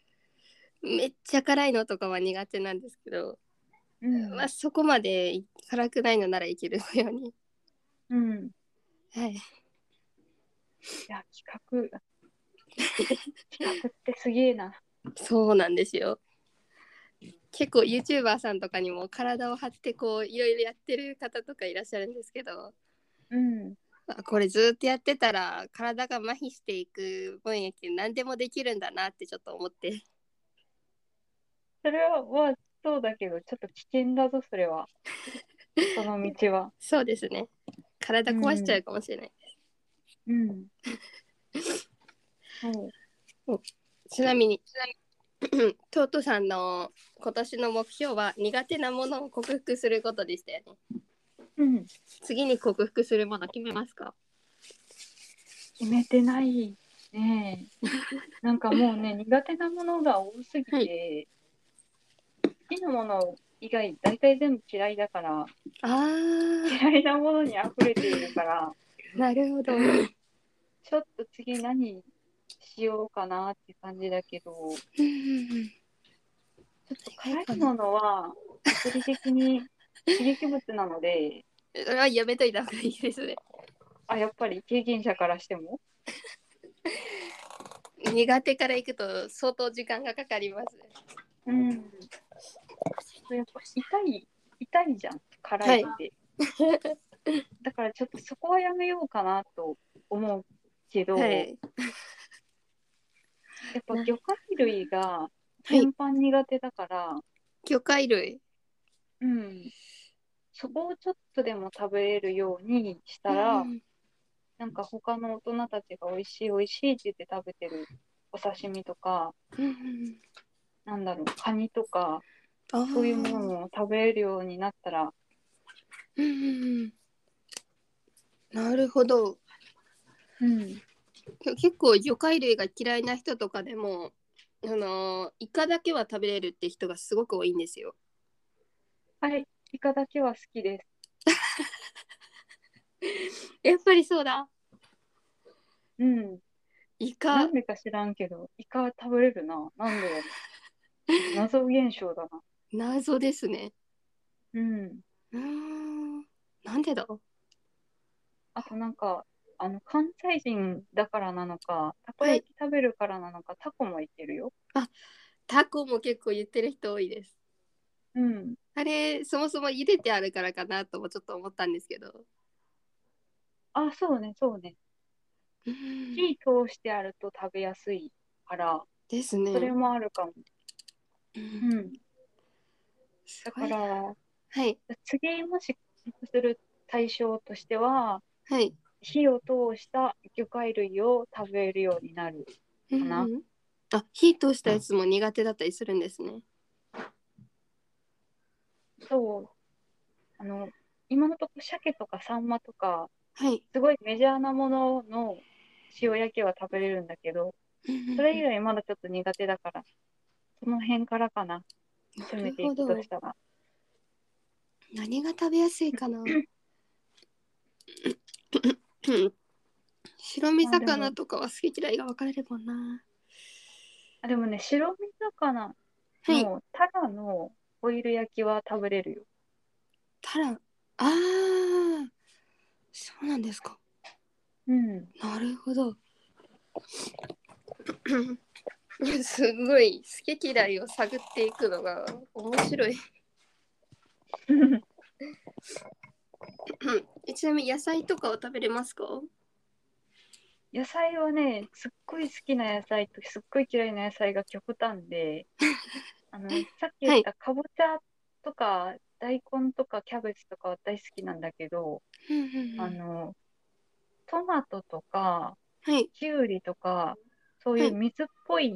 Speaker 3: めっちゃ辛いのとかは苦手なんですけど、
Speaker 2: うん。
Speaker 3: まあそこまで辛くないのならいけるように。
Speaker 2: うん。
Speaker 3: はい。
Speaker 2: いや、企画。企画ってすげえな。
Speaker 3: そうなんですよ。結構 YouTuber さんとかにも体を張ってこういろいろやってる方とかいらっしゃるんですけど、
Speaker 2: うん。
Speaker 3: あこれずっとやってたら体が麻痺していく分野けど何でもできるんだなってちょっと思って。
Speaker 2: それは、まあ、そうだけど、ちょっと危険だぞ、それは。その道は。
Speaker 3: そうですね。体壊しちゃうかもしれない。
Speaker 2: うん。はい。
Speaker 3: ちなみに、 トートさんの今年の目標は苦手なものを克服することでしたよね。
Speaker 2: うん。
Speaker 3: 次に克服するもの決めますか
Speaker 2: 決めてないね。なんかもうね、苦手なものが多すぎて、
Speaker 3: は
Speaker 2: 好きなもの以外、大体全部嫌いだから、
Speaker 3: あー、
Speaker 2: 嫌いなものに溢れているから、
Speaker 3: なるほど。
Speaker 2: ちょっと次何しようかなって感じだけど、ちょっと辛いものは、物理的に刺激物なので、
Speaker 3: それはやめといた方がいいですね。
Speaker 2: あ、やっぱり経験者からしても、
Speaker 3: 苦手からいくと相当時間がかかります。
Speaker 2: うん。やっぱ痛い、痛いじゃん、辛いって。だからちょっとそこはやめようかなと思うけど、
Speaker 3: はい。
Speaker 2: やっぱ魚介類が
Speaker 3: はい
Speaker 2: 全般苦手だから、
Speaker 3: 魚介類。
Speaker 2: うん。そこをちょっとでも食べれるようにしたら、
Speaker 3: うん
Speaker 2: なんか他の大人たちが美味しい美味しいって言って食べてるお刺身とか、
Speaker 3: うん
Speaker 2: なんだろう、カニとか、
Speaker 3: あー
Speaker 2: そういうものも食べれるようになったら、
Speaker 3: うんうんうんなるほど。
Speaker 2: うん。
Speaker 3: け結構魚介類が嫌いな人とかでも、あのーイカだけは食べれるって人がすごく多いんですよ。
Speaker 2: はい、イカだけは好きです。
Speaker 3: やっぱりそうだ。
Speaker 2: うん。
Speaker 3: イ
Speaker 2: な
Speaker 3: カ
Speaker 2: ん。でか知らんけど、イカ食べれるな。なんでだろう。謎現象だな。
Speaker 3: 謎ですね。
Speaker 2: うん。
Speaker 3: うーん。なんでだ。
Speaker 2: あとなんか、あの、関西人だからなのか、たこ焼き食べるからなのか、タコもいけるよ。
Speaker 3: タコも結構言ってる人多いです。
Speaker 2: うん。
Speaker 3: あれそもそも茹でてあるからかなともちょっと思ったんですけど。
Speaker 2: あ、そうね、そうね。火通してあると食べやすいから、
Speaker 3: ですね。
Speaker 2: それもあるかも。
Speaker 3: うん
Speaker 2: うん。
Speaker 3: す
Speaker 2: だ
Speaker 3: ご
Speaker 2: か
Speaker 3: いな
Speaker 2: ら、
Speaker 3: はい
Speaker 2: 次もし、する対象としては、
Speaker 3: はい。
Speaker 2: 火を通した魚介類を食べるようになる。
Speaker 3: うん
Speaker 2: な
Speaker 3: うんあ火通したやつも苦手だったりするんですね。
Speaker 2: そう。あの、今のところ鮭とかサンマとか、
Speaker 3: はい。
Speaker 2: すごいメジャーなものの塩焼きは食べれるんだけど、それ以外まだちょっと苦手だから、その辺からかな、
Speaker 3: な
Speaker 2: 詰め
Speaker 3: る
Speaker 2: てい
Speaker 3: ほ
Speaker 2: く
Speaker 3: ど
Speaker 2: と。したら。
Speaker 3: 何が食べやすい かな。白身魚とかは好き嫌いが分かれるもんな。
Speaker 2: あでもね、白身魚
Speaker 3: はい。
Speaker 2: のタラのホイル焼きは食べれるよ。
Speaker 3: タラ。ああ。そうなんですか。
Speaker 2: うん。
Speaker 3: なるほど。 すごい好き嫌いを探っていくのが面白い。 ちなみに野菜とかを食べれますか？
Speaker 2: 野菜はね、すっごい好きな野菜とすっごい嫌いな野菜が極端で、 あのさっき言ったかぼちゃとか大根とかキャベツとかは大好きなんだけど、あのトマトとか
Speaker 3: はい。
Speaker 2: きゅうりとかそういう水っぽい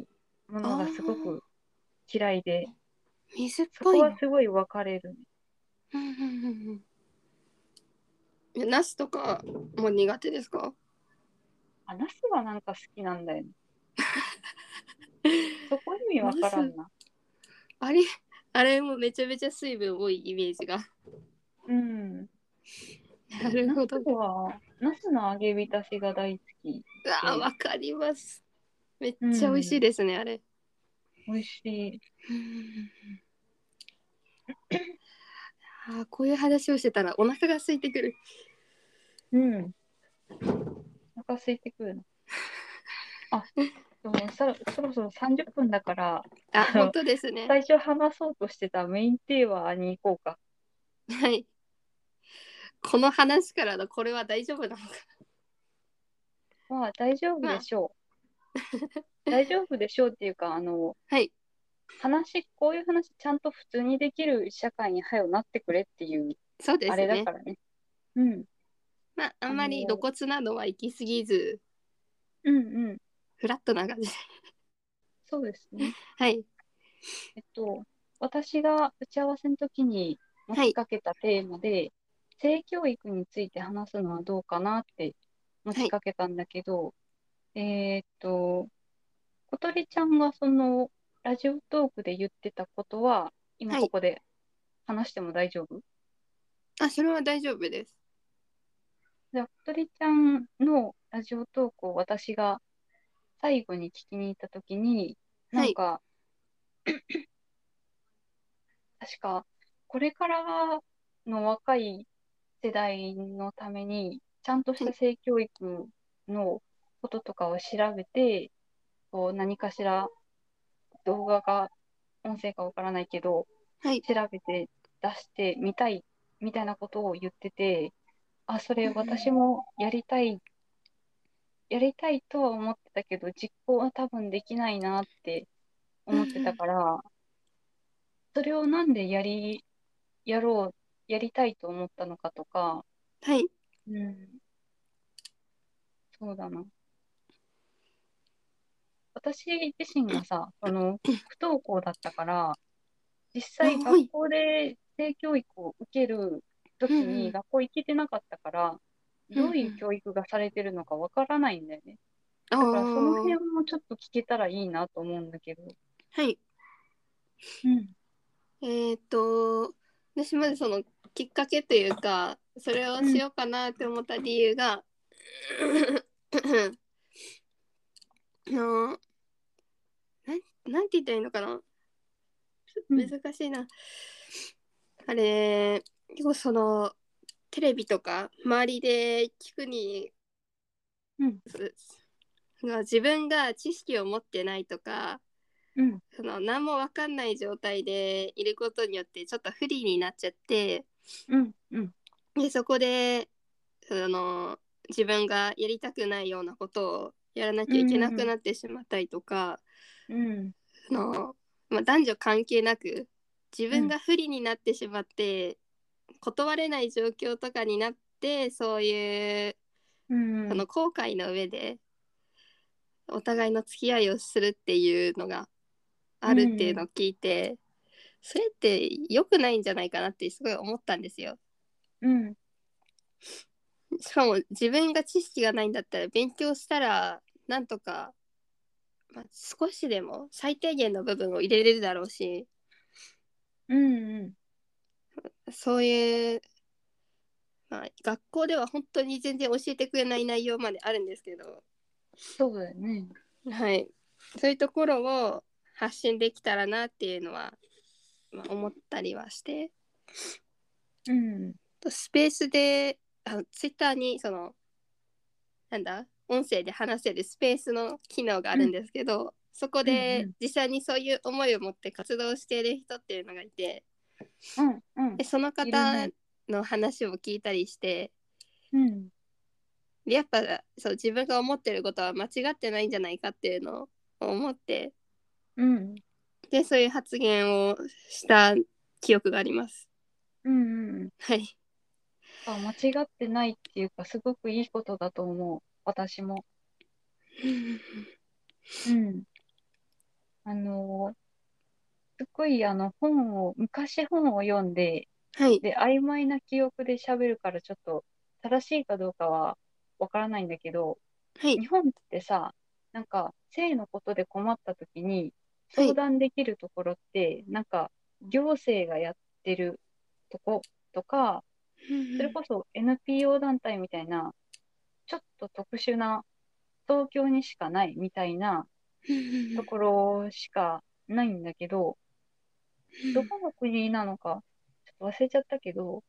Speaker 2: ものがすご
Speaker 3: あー
Speaker 2: く嫌いで、
Speaker 3: 水っ
Speaker 2: そ
Speaker 3: ぽ
Speaker 2: こ
Speaker 3: い。
Speaker 2: はすごい分かれるね。
Speaker 3: ナスとかも苦手ですか？
Speaker 2: あ、ナスはなんか好きなん だよね。そこ意味わからんな。
Speaker 3: あれあれもめちゃめちゃ水分多いイメージが。
Speaker 2: うん。
Speaker 3: なるほ
Speaker 2: ナス
Speaker 3: ど。
Speaker 2: は、ナスの揚げ浸しが大好き。
Speaker 3: あわかります。めっちゃ美味しいですね、あれ。
Speaker 2: 美味しい。
Speaker 3: あーこういう話をしてたらお腹が空いてくる。
Speaker 2: うん。お腹空いてく るの。あ、でもそろそろそろ30分だから、
Speaker 3: あ、本当ですね。
Speaker 2: 最初話そうとしてたメインテーマに行こうか。
Speaker 3: はい。この話からのこれは大丈夫なのか。
Speaker 2: まあ大丈夫でしょう。大丈夫でしょうっていうか、あの、
Speaker 3: はい。
Speaker 2: 話、こういう話ちゃんと普通にできる社会に早よなってくれっていう、
Speaker 3: そうで
Speaker 2: あ
Speaker 3: す
Speaker 2: れ
Speaker 3: ね
Speaker 2: だからね。うん。
Speaker 3: まああんまり露骨などは行き過ぎず
Speaker 2: うんうん。
Speaker 3: フラットな感じで
Speaker 2: そうですね。
Speaker 3: はい
Speaker 2: えっと、私が打ち合わせの時に持ちかけたテーマで、性教育について話すのはどうかなって持ちかけたんだけど、えーっと、小鳥ちゃんがそのラジオトークで言ってたことは、今
Speaker 3: はい
Speaker 2: ここで話しても大丈夫、
Speaker 3: あそれは大丈夫です
Speaker 2: じゃあ、小鳥ちゃんのラジオトークを私が最後に聞きに行ったときに、
Speaker 3: は
Speaker 2: ないんか、 確か、これからの若い世代のために、ちゃんとし
Speaker 3: は
Speaker 2: た性教育のこととかを調べて、こう何かしら動画が、音声かわからないけど、
Speaker 3: はい
Speaker 2: 調べて出してみたいみたいなことを言ってて、あ、それ
Speaker 3: うん
Speaker 2: 私もやりたい、やりたいとは思ってたけど、実行は多分できないなって思ってたから、それをなんでやり、やろう、やりたいと思ったのかとか、
Speaker 3: はい
Speaker 2: うん、そうだな。私自身がさ、あの、不登校だったから、実際
Speaker 3: はい
Speaker 2: 学校で性教育を受ける時
Speaker 3: うんう
Speaker 2: に
Speaker 3: ん
Speaker 2: 学校行けてなかったから、
Speaker 3: んうん
Speaker 2: どういう教育がされてるのかわからないんだよね。
Speaker 3: あ
Speaker 2: だからその辺
Speaker 3: ー
Speaker 2: もちょっと聞けたらいいなと思うんだけど。
Speaker 3: はい
Speaker 2: うん。
Speaker 3: えっ、と私まずそのきっかけというかそれをしようかなって思った理由が、あのなんなんて言ったらいいのかな
Speaker 2: うん
Speaker 3: 難しいな、あれ結構そのテレビとか周りで聞くに、
Speaker 2: うん
Speaker 3: が自分が知識を持ってないとか
Speaker 2: うん。
Speaker 3: その何も分かんない状態でいることによってちょっと不利になっちゃって
Speaker 2: うん。うん。
Speaker 3: でそこでその自分がやりたくないようなことをやらなきゃいけなくなってしまったりとか、
Speaker 2: うん。
Speaker 3: そのまあ、男女関係なく自分が不利になってしまって、断れない状況とかになってそういう
Speaker 2: うん。
Speaker 3: その後悔の上でお互いの付き合いをするっていうのがあるっていうのを聞いて、それって良くないんじゃないかなってすごい思ったんですよ。
Speaker 2: うん。
Speaker 3: しかも自分が知識がないんだったら勉強したらなんとか、まあ、少しでも最低限の部分を入れれるだろうし
Speaker 2: うん。
Speaker 3: そういう、まあ、学校では本当に全然教えてくれない内容まであるんですけど、
Speaker 2: そうだよね。
Speaker 3: はい、そういうところを発信できたらなっていうのは、まあ、思ったりはして。
Speaker 2: うん。
Speaker 3: とスペースであのツイッターにそのなんだ音声で話せるスペースの機能があるんですけど、そこ
Speaker 2: うん
Speaker 3: で
Speaker 2: うん
Speaker 3: 実際にそういう思いを持って活動している人っていうのがいて
Speaker 2: うん。うん
Speaker 3: で。その方
Speaker 2: いる
Speaker 3: の話を聞いたりして
Speaker 2: うん。
Speaker 3: でやっぱそう自分が思ってることは間違ってないんじゃないかっていうのを思って
Speaker 2: うん。
Speaker 3: でそういう発言をした記憶があります。
Speaker 2: うんうんうん。
Speaker 3: はい、
Speaker 2: あ、間違ってないっていうか、すごくいいことだと思う。私も。うん。あのーすっごいあの本を、昔本を読んで、
Speaker 3: はい、
Speaker 2: で、曖昧な記憶で喋るからちょっと正しいかどうかはわからないんだけど、
Speaker 3: はい
Speaker 2: 日本ってさ、なんか性のことで困った時に
Speaker 3: はい
Speaker 2: 相談できるところって、なんか行政がやってるとことか、それこそ NPO 団体みたいな、ちょっと特殊な、東京にしかないみたいなところしかないんだけど、どこの国なのか、ちょっと忘れちゃったけど、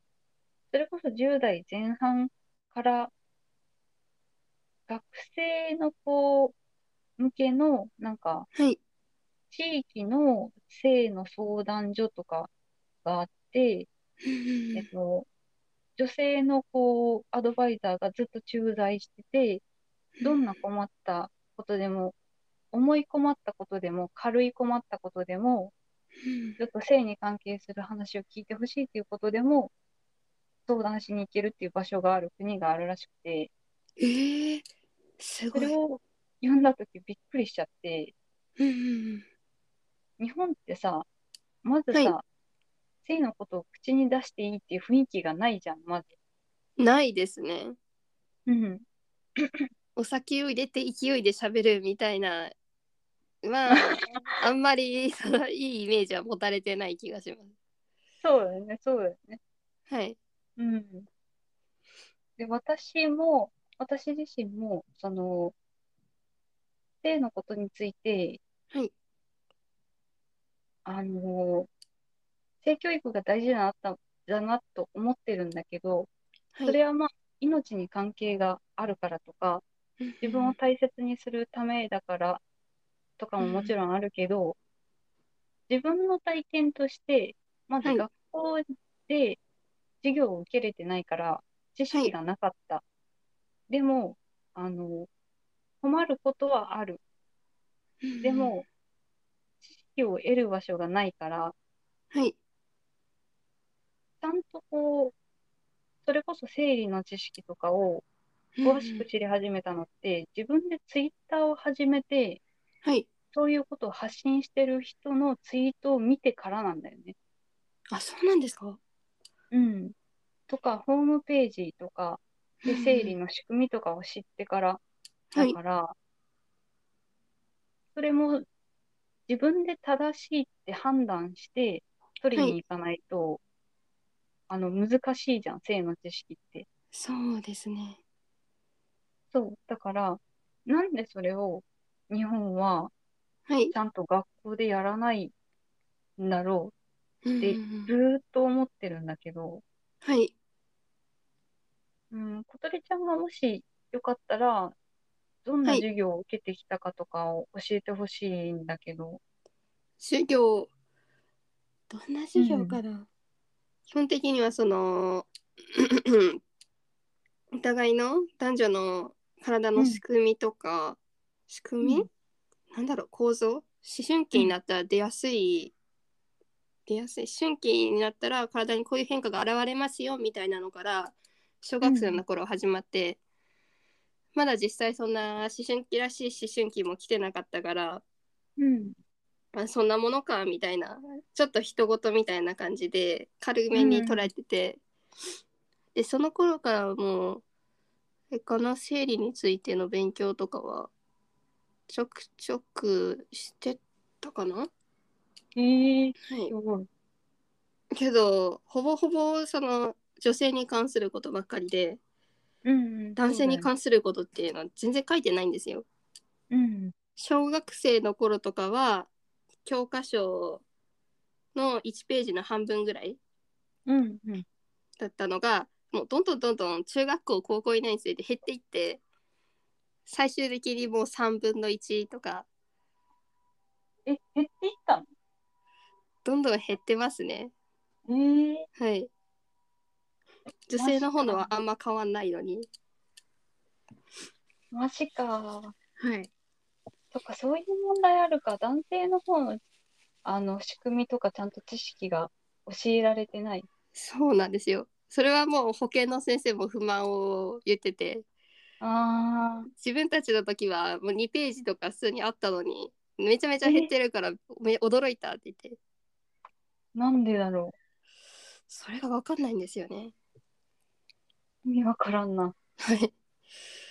Speaker 2: それこそ10代前半から、学生の子向けの、なんか、
Speaker 3: はい
Speaker 2: 地域の性の相談所とかがあって、えっと、女性のこうアドバイザーがずっと駐在してて、どんな困ったことでも思い困ったことでも、軽い困ったことでも、ちょっと性に関係する話を聞いてほしいということでも、相談しに行けるっていう場所がある国があるらしくて、
Speaker 3: えー、す
Speaker 2: そ
Speaker 3: ごい。
Speaker 2: れ
Speaker 3: うん
Speaker 2: を読んだときびっくりしちゃって、
Speaker 3: うんうん
Speaker 2: 日本ってさ、まず
Speaker 3: はい
Speaker 2: さ、性のことを口に出していいっていう雰囲気がないじゃん、まず。
Speaker 3: ないですね。
Speaker 2: うん。
Speaker 3: お酒を入れて勢いで喋るみたいな、 まあ、あんまりそのいいイメージは持たれてない気がしま
Speaker 2: そうだよね、そうだよね。
Speaker 3: す。はい。
Speaker 2: うん。で、私も、私自身も、その、性のことについて、
Speaker 3: はい。
Speaker 2: あの、性教育が大事だなった、だなと思ってるんだけど、
Speaker 3: はい、
Speaker 2: それはまあ、命に関係があるからとか、自分を大切にするためだからとかももちろんあるけど、自分の体験として、まず
Speaker 3: はい
Speaker 2: 学校で授業を受けれてないから、知識がなかった。でも、あの、困ることはある。でも、知識を得る場所がないから、
Speaker 3: はい。
Speaker 2: ちゃんとこう、それこそ生理の知識とかを詳しく知り始めたのって、自分でツイッターを始めて、
Speaker 3: はい。
Speaker 2: そういうことを発信してる人のツイートを見てからなんだよね。
Speaker 3: あ、そうなんですか。
Speaker 2: うん。とか、ホームページとか、で、生理
Speaker 3: の。
Speaker 2: の仕組みとかを知ってから
Speaker 3: は
Speaker 2: だ
Speaker 3: い。
Speaker 2: から、それも自分で正しいって判断して取りに行かないと、あの、難しいじゃん、性の知識って。
Speaker 3: そうですね。
Speaker 2: そう。だから、なんでそれを日本は
Speaker 3: はい
Speaker 2: ち。ゃんと学校でやらないんだろで
Speaker 3: うん
Speaker 2: う、
Speaker 3: う
Speaker 2: ず
Speaker 3: んうん
Speaker 2: ーっと思ってるんだけど、
Speaker 3: はい。
Speaker 2: うん、ことりちゃんがもしよかったら、どんな
Speaker 3: はい
Speaker 2: 授業を受けてきたかとかを教えてほしいんだけど。
Speaker 3: 授業。どんな授業かな。基本的にはその。 お互いの男女の体の仕組みとか、仕組み、
Speaker 2: うん
Speaker 3: なんだろう構造思春期になったら出やすい、出やすい思春期になったら体にこういう変化が現れますよみたいなのから小学生の頃始まって、まだ実際そんな思春期らしい思春期も来てなかったから、
Speaker 2: うん、
Speaker 3: あそんなものかみたいなちょっと人事みたいな感じで軽めに捉えてて、でその頃からもうあれかな生理についての勉強とかはちょくちょくしてたかな、は
Speaker 2: えー、
Speaker 3: い
Speaker 2: す、ごい。
Speaker 3: けどほぼほぼその女性に関することばっかりで
Speaker 2: うんうん、
Speaker 3: 男性に
Speaker 2: そうだよね
Speaker 3: 関することっていうのは全然書いてないんですよ。
Speaker 2: うん、
Speaker 3: 小学生の頃とかは教科書の1ページの半分ぐらい
Speaker 2: うん、うん。
Speaker 3: だったのがもうどんどんどんどん中学校高校以内について減っていって最終的にもう3分の1とか
Speaker 2: え、減っていったの
Speaker 3: どんどん減ってますね
Speaker 2: えー、
Speaker 3: はい女性の方のはあんま変わんないのに
Speaker 2: マジか。
Speaker 3: はい
Speaker 2: とか、そういう問題あるか。男性の方の、あの、仕組みとかちゃんと知識が教えられてない。
Speaker 3: そうなんですよそれはもう保健の先生も不満を言ってて
Speaker 2: あ
Speaker 3: 自分たちの時はもう2ページとか普通にあったのにめちゃめちゃ減ってるからめ驚いたって言って
Speaker 2: ー、なんでだろ
Speaker 3: それが分かんないんですよね。
Speaker 2: う。意味わからんな。
Speaker 3: はい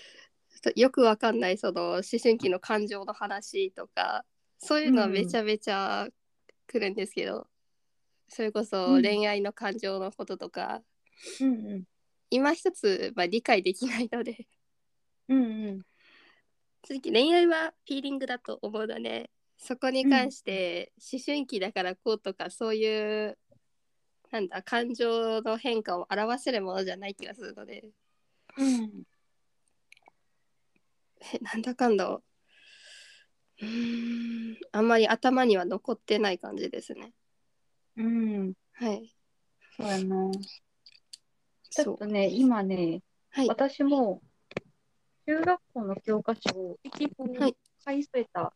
Speaker 3: よく分かんないその思春期の感情の話とかそういうのはめちゃめちゃくるんですけど、それこ
Speaker 2: う
Speaker 3: そ
Speaker 2: ん
Speaker 3: 恋愛の感情のこととか、
Speaker 2: うん、うん、
Speaker 3: 今一つ、まあ、理解できないので
Speaker 2: うん、うん。
Speaker 3: 正直恋愛はフィーリングだと思うのでそこに関して思春期だからこうとかそういうなんだ感情の変化を表せるものじゃない気がするので
Speaker 2: うん
Speaker 3: えなんだかんだうーんあんまり頭には残ってない感じですね
Speaker 2: うん、
Speaker 3: はい
Speaker 2: そうやな。ち
Speaker 3: そ
Speaker 2: ょっ
Speaker 3: う
Speaker 2: とね、今ね、
Speaker 3: はい
Speaker 2: 私も中学校の教科書を一応
Speaker 3: はい
Speaker 2: 買い添えた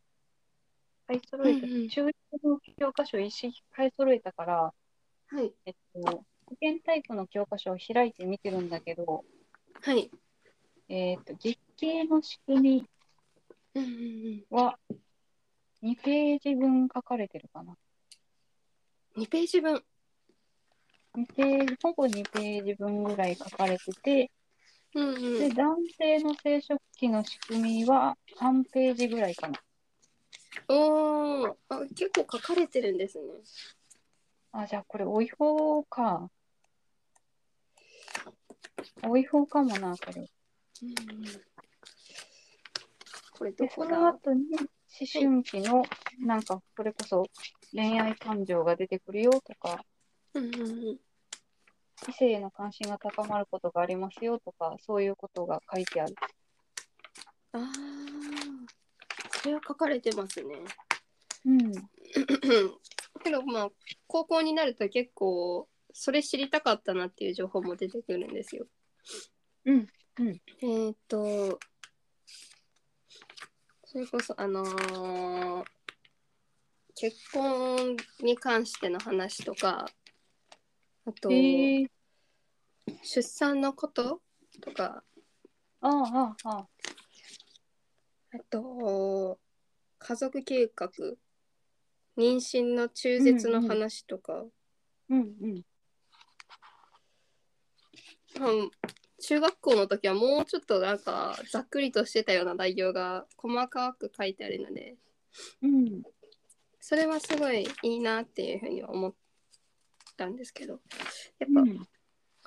Speaker 2: 買い揃えた、
Speaker 3: うんうん
Speaker 2: 中1の教科書を一式買い揃えたから、
Speaker 3: はい
Speaker 2: えっと、保健体育の教科書を開いて見てるんだけど、
Speaker 3: はい
Speaker 2: えっと、月経の仕組み
Speaker 3: うんうんうん
Speaker 2: は2ページ分書かれてるかな。
Speaker 3: 2ページ分
Speaker 2: 2ページ、ほぼ2ページ分ぐらい書かれてて、
Speaker 3: うんう
Speaker 2: で、
Speaker 3: ん
Speaker 2: 男性の生殖器の仕組みは3ページぐらいかな。
Speaker 3: おーあ結構書かれてるんですね
Speaker 2: あ、じゃあこれ、お違法か。お違法かもな、これ。
Speaker 3: うんうんこれど
Speaker 2: で、
Speaker 3: こ
Speaker 2: そ
Speaker 3: だ
Speaker 2: の後に思春期の、なんか、それこそ恋愛感情が出てくるよとか、
Speaker 3: うんうんうん
Speaker 2: 異性への関心が高まることがありますよとか、そういうことが書いてある。
Speaker 3: ああそれは書かれてますね
Speaker 2: うん。
Speaker 3: けどまあ高校になると結構それ知りたかったなっていう情報も出てくるんですよ
Speaker 2: うんうん
Speaker 3: えーっ、とそれこそあのー結婚に関しての話とかあと、
Speaker 2: へえ
Speaker 3: 出産のこととか
Speaker 2: ああ、ああ、あ
Speaker 3: あと家族計画妊娠の中絶の話とか、
Speaker 2: うんうん。
Speaker 3: うん中学校の時はもうちょっとなんかざっくりとしてたような内容が細かく書いてあるので
Speaker 2: うん。
Speaker 3: それはすごいいいなっていうふうには思ったんですけどや
Speaker 2: う
Speaker 3: っぱ
Speaker 2: ん。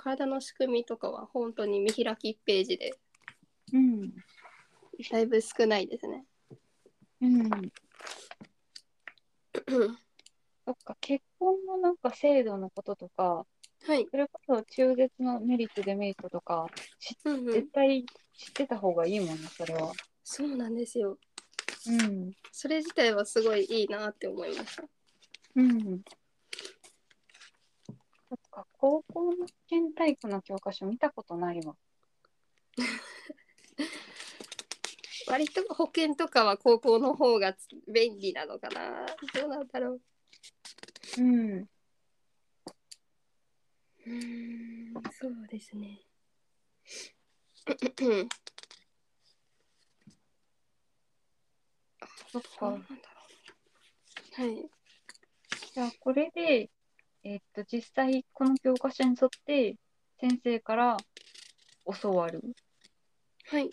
Speaker 3: 体の仕組みとかは本当に見開き1ページで
Speaker 2: うん。
Speaker 3: だいぶ少ないですね。
Speaker 2: うん。そっか、結婚のなんか制度のこととか、
Speaker 3: はい、
Speaker 2: それこそ中絶のメリット、デメリットとか、
Speaker 3: うんうん
Speaker 2: 絶、対知ってた方がいいもんね、それは。
Speaker 3: そうなんですよ
Speaker 2: うん。
Speaker 3: それ自体はすごいいいなって思いました。
Speaker 2: うん。そっか、高校の県体育の教科書見たことないわ。
Speaker 3: 割と保険とかは高校の方がつ便利なのかなどうなんだろう
Speaker 2: うん。
Speaker 3: うーんそうです ね
Speaker 2: そっ
Speaker 3: そう
Speaker 2: か
Speaker 3: なん。だろうはい
Speaker 2: じゃあ、これで、えっと、実際、この教科書に沿って、先生から教わる。
Speaker 3: はい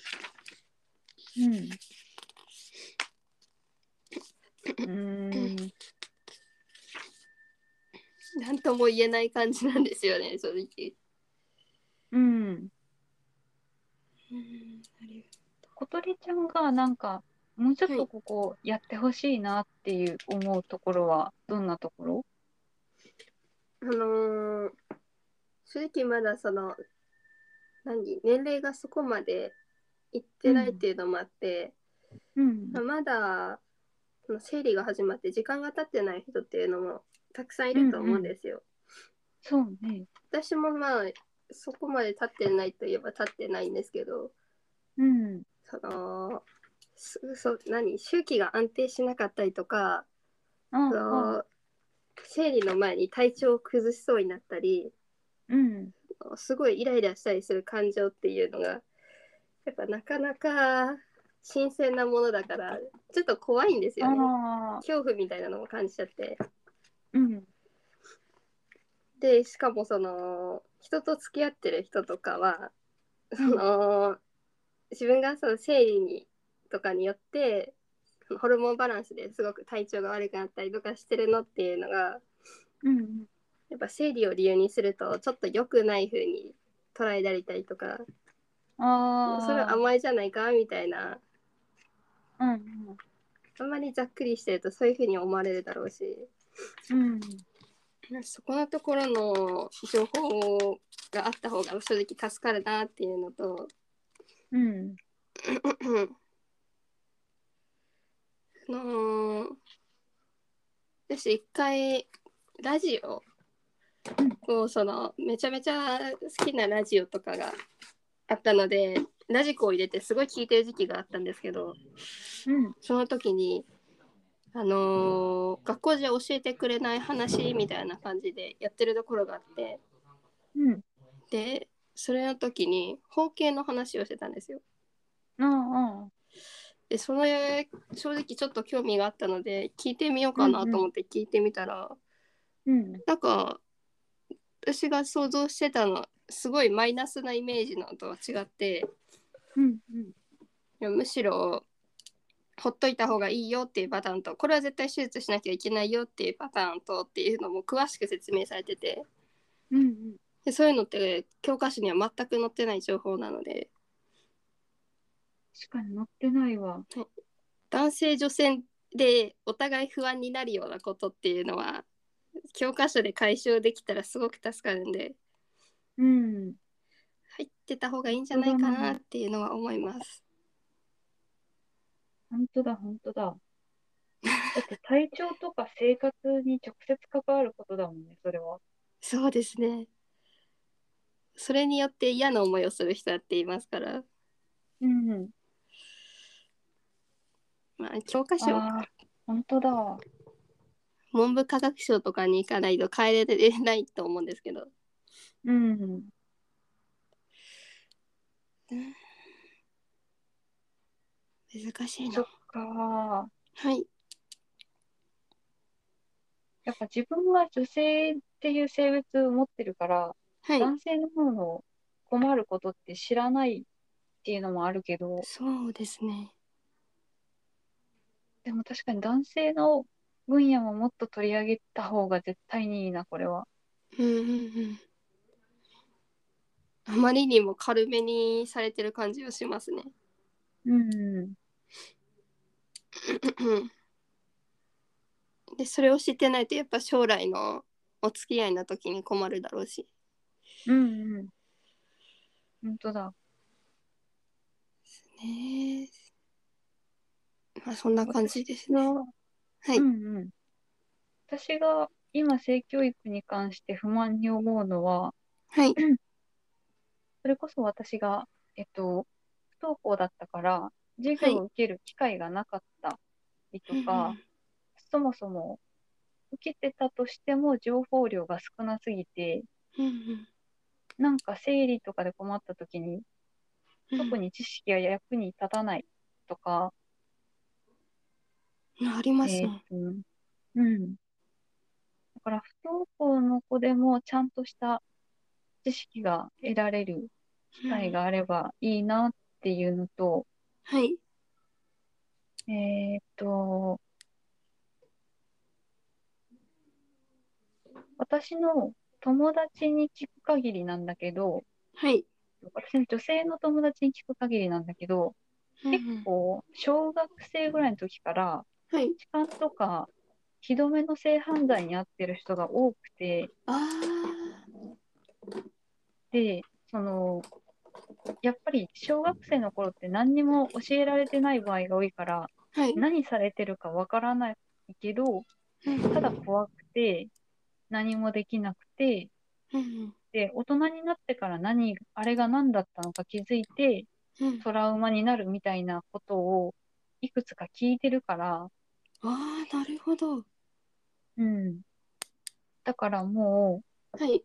Speaker 2: うん。うーん。
Speaker 3: 何とも言えない感じなんですよね正 直
Speaker 2: うん。
Speaker 3: うんあり
Speaker 2: 小鳥ちゃんが、なんか、もうちょっとここやってほしいなっていう思うところは、どんなところ
Speaker 3: あのー正直まだその何年齢がそこまでいってないっていうのもあって、
Speaker 2: うん
Speaker 3: まあまだその生理が始まって時間が経ってない人っていうのもたくさんいると思うんですよ。
Speaker 2: そうね。
Speaker 3: 私もまあそこまで経ってないといえば経ってないんですけど
Speaker 2: うん。
Speaker 3: そのすそ何周期が安定しなかったりとか、
Speaker 2: あ
Speaker 3: そ
Speaker 2: あ、
Speaker 3: の生理の前に体調を崩しそうになったり
Speaker 2: うん。
Speaker 3: すごいイライラしたりする感情っていうのがやっぱなかなか新鮮なものだからちょっと怖いんですよね。
Speaker 2: ああ、
Speaker 3: 恐怖みたいなのも感じちゃって。
Speaker 2: うん。
Speaker 3: でしかもその人と付き合ってる人とかはその自分がその生理にとかによってそのホルモンバランスですごく体調が悪くなったりとかしてるのっていうのが
Speaker 2: うん。
Speaker 3: やっぱ生理を理由にするとちょっと良くない風に捉えられたりとか
Speaker 2: ああ、
Speaker 3: それは甘えじゃないかみたいな
Speaker 2: うん。
Speaker 3: あんまりざっくりしてるとそういう風に思われるだろうし
Speaker 2: うん。
Speaker 3: そこのところの情報があった方が正直助かるなっていうのと
Speaker 2: うん。
Speaker 3: あのー私一回ラジオ
Speaker 2: うん
Speaker 3: こうそのめちゃめちゃ好きなラジオとかがあったのでラジコを入れてすごい聞いてる時期があったんですけど
Speaker 2: うん。
Speaker 3: その時にあのー学校じゃ教えてくれない話みたいな感じでやってるところがあって
Speaker 2: うん。
Speaker 3: でそれの時に包茎の話をしてたんですよ。
Speaker 2: ああ、
Speaker 3: でその正直ちょっと興味があったので聞いてみようかなと思って聞いてみたら、
Speaker 2: うん。
Speaker 3: なんか私が想像してたのすごいマイナスなイメージのとは違って
Speaker 2: うん。うん。
Speaker 3: いやむしろほっといた方がいいよっていうパターンとこれは絶対手術しなきゃいけないよっていうパターンとっていうのも詳しく説明されてて
Speaker 2: うん。うん。
Speaker 3: でそういうのって教科書には全く載ってない情報なので
Speaker 2: 確かに乗ってないわ。
Speaker 3: 男性女性でお互い不安になるようなことっていうのは教科書で解消できたらすごく助かるんで
Speaker 2: うん。
Speaker 3: 入ってた方がいいんじゃないかなっていうのは思います。
Speaker 2: 本当だ、本当だ。だって体調とか生活に直接関わることだもんね、それは。
Speaker 3: そうですね。それによって嫌な思いをする人だっていますから、
Speaker 2: うんうん。
Speaker 3: まあ、教科書
Speaker 2: ああ、本当だ。
Speaker 3: 文部科学省とかに行かないと変えれないと思うんですけど
Speaker 2: うん。
Speaker 3: 難しい
Speaker 2: そ
Speaker 3: な
Speaker 2: っ。か。
Speaker 3: はい。
Speaker 2: やっぱ自分は女性っていう性別を持ってるから、
Speaker 3: はい。
Speaker 2: 男性の方の困ることって知らないっていうのもあるけど、
Speaker 3: そうですね。
Speaker 2: でも確かに男性の分野ももっと取り上げた方が絶対にいいな、これは。
Speaker 3: うんうんうん。あまりにも軽めにされてる感じがしますね。
Speaker 2: うん。
Speaker 3: で、それを知ってないとやっぱ将来のお付き合いの時に困るだろうし。
Speaker 2: うんうん。本当だ。
Speaker 3: ねえ。まあそんな感じですね。
Speaker 2: は
Speaker 3: はい
Speaker 2: うんうん。私が今性教育に関して不満に思うのは、
Speaker 3: はい。
Speaker 2: それこそ私が、えっと、不登校だったから、授業を受ける機会がなかったりとか、そもそも受けてたとしても情報量が少なすぎて、
Speaker 3: うんうん
Speaker 2: なんか生理とかで困った時に、
Speaker 3: うん
Speaker 2: 特に知識が役に立たないとか、
Speaker 3: あります
Speaker 2: えー
Speaker 3: ね。
Speaker 2: うん。うん。だから、不登校の子でもちゃんとした知識が得られる機会があればいいなっていうのと、
Speaker 3: はい。
Speaker 2: えーっと、私の友達に聞く限りなんだけど、
Speaker 3: はい。
Speaker 2: 私の女性の友達に聞く限りなんだけど、結構、小学生ぐらいの時から、
Speaker 3: はい。
Speaker 2: 痴漢とか、ひどめの性犯罪に遭ってる人が多くて、
Speaker 3: あ
Speaker 2: で、その、やっぱり小学生の頃って何にも教えられてない場合が多いから、
Speaker 3: あ。はい。
Speaker 2: 何されてるかわからないけど、ただ怖くて、何もできなくて、
Speaker 3: うん
Speaker 2: で、大人になってから何、あれが何だったのか気づいて、
Speaker 3: うん。
Speaker 2: トラウマになるみたいなことをいくつか聞いてるから、
Speaker 3: ああ、なるほど。は
Speaker 2: うん。だからもう、
Speaker 3: い。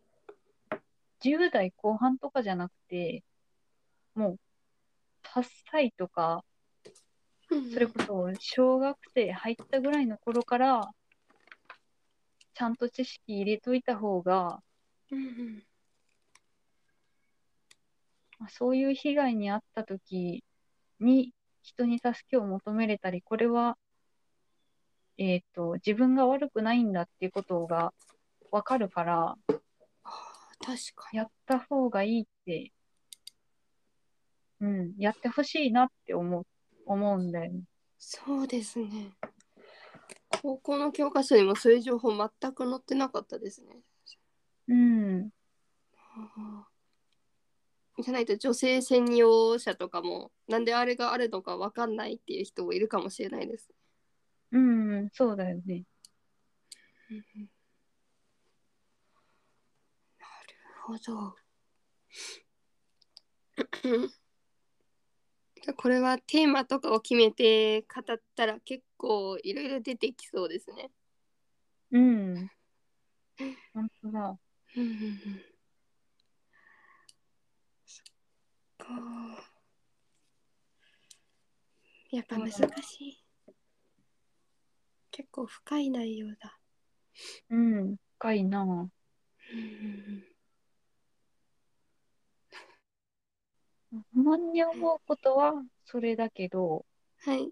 Speaker 2: 10代後半とかじゃなくて、もう、8歳とか、それこそ小学生入ったぐらいの頃から、ちゃんと知識入れといた方が、
Speaker 3: うんうん
Speaker 2: まあそういう被害に遭った時に、人に助けを求めれたり、これは、えっ、と、自分が悪くないんだっていうことがわかるから、
Speaker 3: 確かに。
Speaker 2: やった方がいいって、うん、やってほしいなって思う、思うんだよね。
Speaker 3: そうですね。高校の教科書にもそういう情報全く載ってなかったですね。
Speaker 2: うん、
Speaker 3: あーじゃないと女性専用車とかもなんであれがあるのかわかんないっていう人もいるかもしれないです。
Speaker 2: うん、そうだよね。
Speaker 3: なるほ ど。これはテーマとかを決めて語ったら結構いろいろ出てきそうですね。
Speaker 2: うん。本当だ。
Speaker 3: うんうんうんそっか。やっぱ難しい。結構深い内容だ。
Speaker 2: うん。深いなぁ。不満に思うことはそれだけど、
Speaker 3: はい。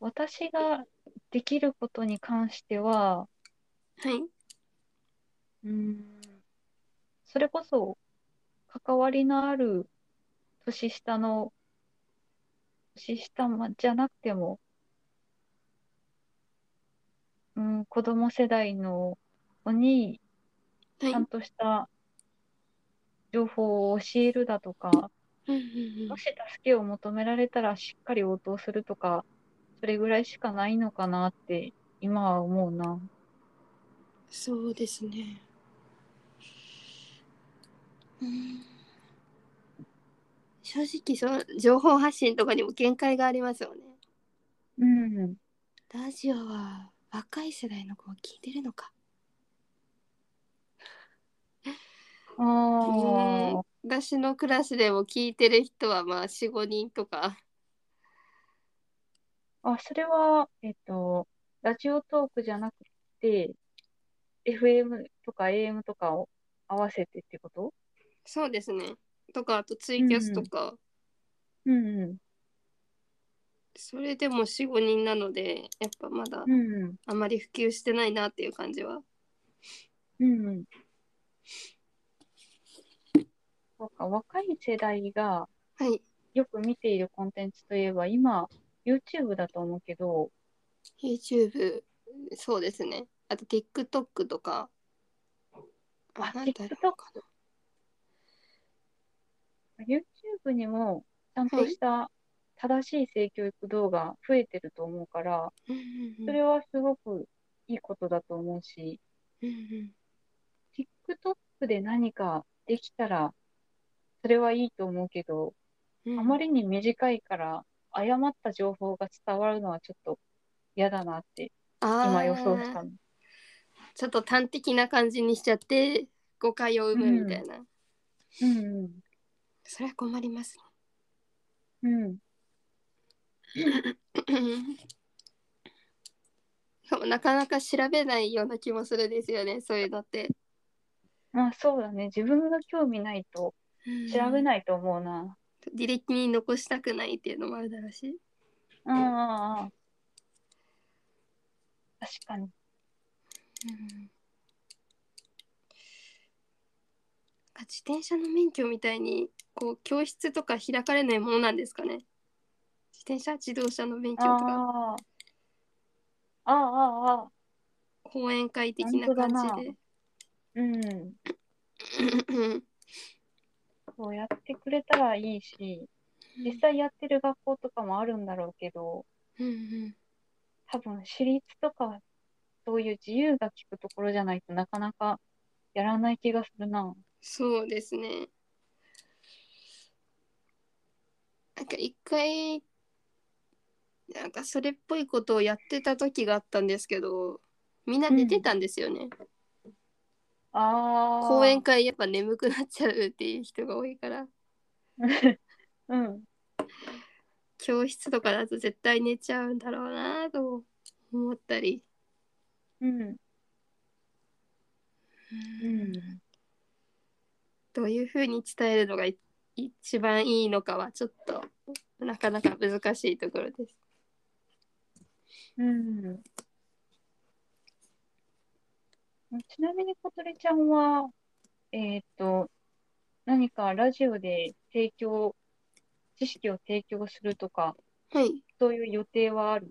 Speaker 2: 私ができることに関しては、
Speaker 3: はい。
Speaker 2: うん、それこそ関わりのある年下の、年下まじゃなくても、うん、子供世代の子に
Speaker 3: は
Speaker 2: ち
Speaker 3: い
Speaker 2: ゃん。とした情報を教えるだとか、
Speaker 3: うんうんうん
Speaker 2: もし助けを求められたらしっかり応答するとか、それぐらいしかないのかなって今は思うな。
Speaker 3: そうですね。うん正直そう情報発信とかにも限界がありますよね。
Speaker 2: うん。
Speaker 3: ラジオは若い世代の子は聞いてるのか。
Speaker 2: ああ、
Speaker 3: 私のクラスでも聞いてる人はまあ45人とか。
Speaker 2: あ、それは、えっと、ラジオトークじゃなくて、FM とか AM とかを合わせてってこと
Speaker 3: そうですね。とかあとツイキャスとか、
Speaker 2: うんう
Speaker 3: それでも45人なのでやっぱまだ
Speaker 2: ん。うんうん。
Speaker 3: あまり普及してないなっていう感じは。
Speaker 2: うんうん。そうか、若い世代が
Speaker 3: はい。
Speaker 2: よく見ているコンテンツといえば、今、YouTube だと思うけど、
Speaker 3: YouTube そうですねあと TikTok とか
Speaker 2: あ
Speaker 3: なんだろうかな
Speaker 2: YouTube にもちゃんとした正しい性教育動画増えてると思うから、
Speaker 3: うんうんうん
Speaker 2: それはすごくいいことだと思うし、
Speaker 3: うんうん、
Speaker 2: TikTok で何かできたら、それはいいと思うけど、
Speaker 3: うん
Speaker 2: あまりに短いから、誤った情報が伝わるのはちょっと嫌だなって、今予想し
Speaker 3: あ
Speaker 2: た
Speaker 3: ー
Speaker 2: の。
Speaker 3: ちょっと端的な感じにしちゃって誤解を生むみたいな、
Speaker 2: うんうん。
Speaker 3: それは困ります
Speaker 2: うん。
Speaker 3: ねでもなかなか調べないような気もするですよねそういうのって
Speaker 2: まあそうだね。自分が興味ないと調べ
Speaker 3: い
Speaker 2: ないと思うな。
Speaker 3: 履歴に残したくないっていうのもあるだろうし
Speaker 2: うんうんうん。確かに。
Speaker 3: うんなんか自転車の免許みたいにこう教室とか開かれないものなんですかね自転車自動車の免許とか
Speaker 2: あーあああああ
Speaker 3: 講演会的な感じで
Speaker 2: うん
Speaker 3: うん
Speaker 2: そうやってくれたらいいし実際やってる学校とかもあるんだろうけど
Speaker 3: うんうん
Speaker 2: 多分私立とかはそういう自由が利くところじゃないとなかなかやらない気がするな
Speaker 3: そうですねなんか一回なんかそれっぽいことをやってた時があったんですけどみんな寝てたんですよね、
Speaker 2: あー
Speaker 3: 講演会やっぱ眠くなっちゃうっていう人が多いから
Speaker 2: うん
Speaker 3: 教室とかだと絶対寝ちゃうんだろうなと思ったり、
Speaker 2: うんうん
Speaker 3: どういうふうに伝えるのがい一番いいのかはちょっとなかなか難しいところです。
Speaker 2: うんちなみに小鳥ちゃんはえっと何かラジオで提供知識を提供するとか
Speaker 3: はい。
Speaker 2: そういう予定はある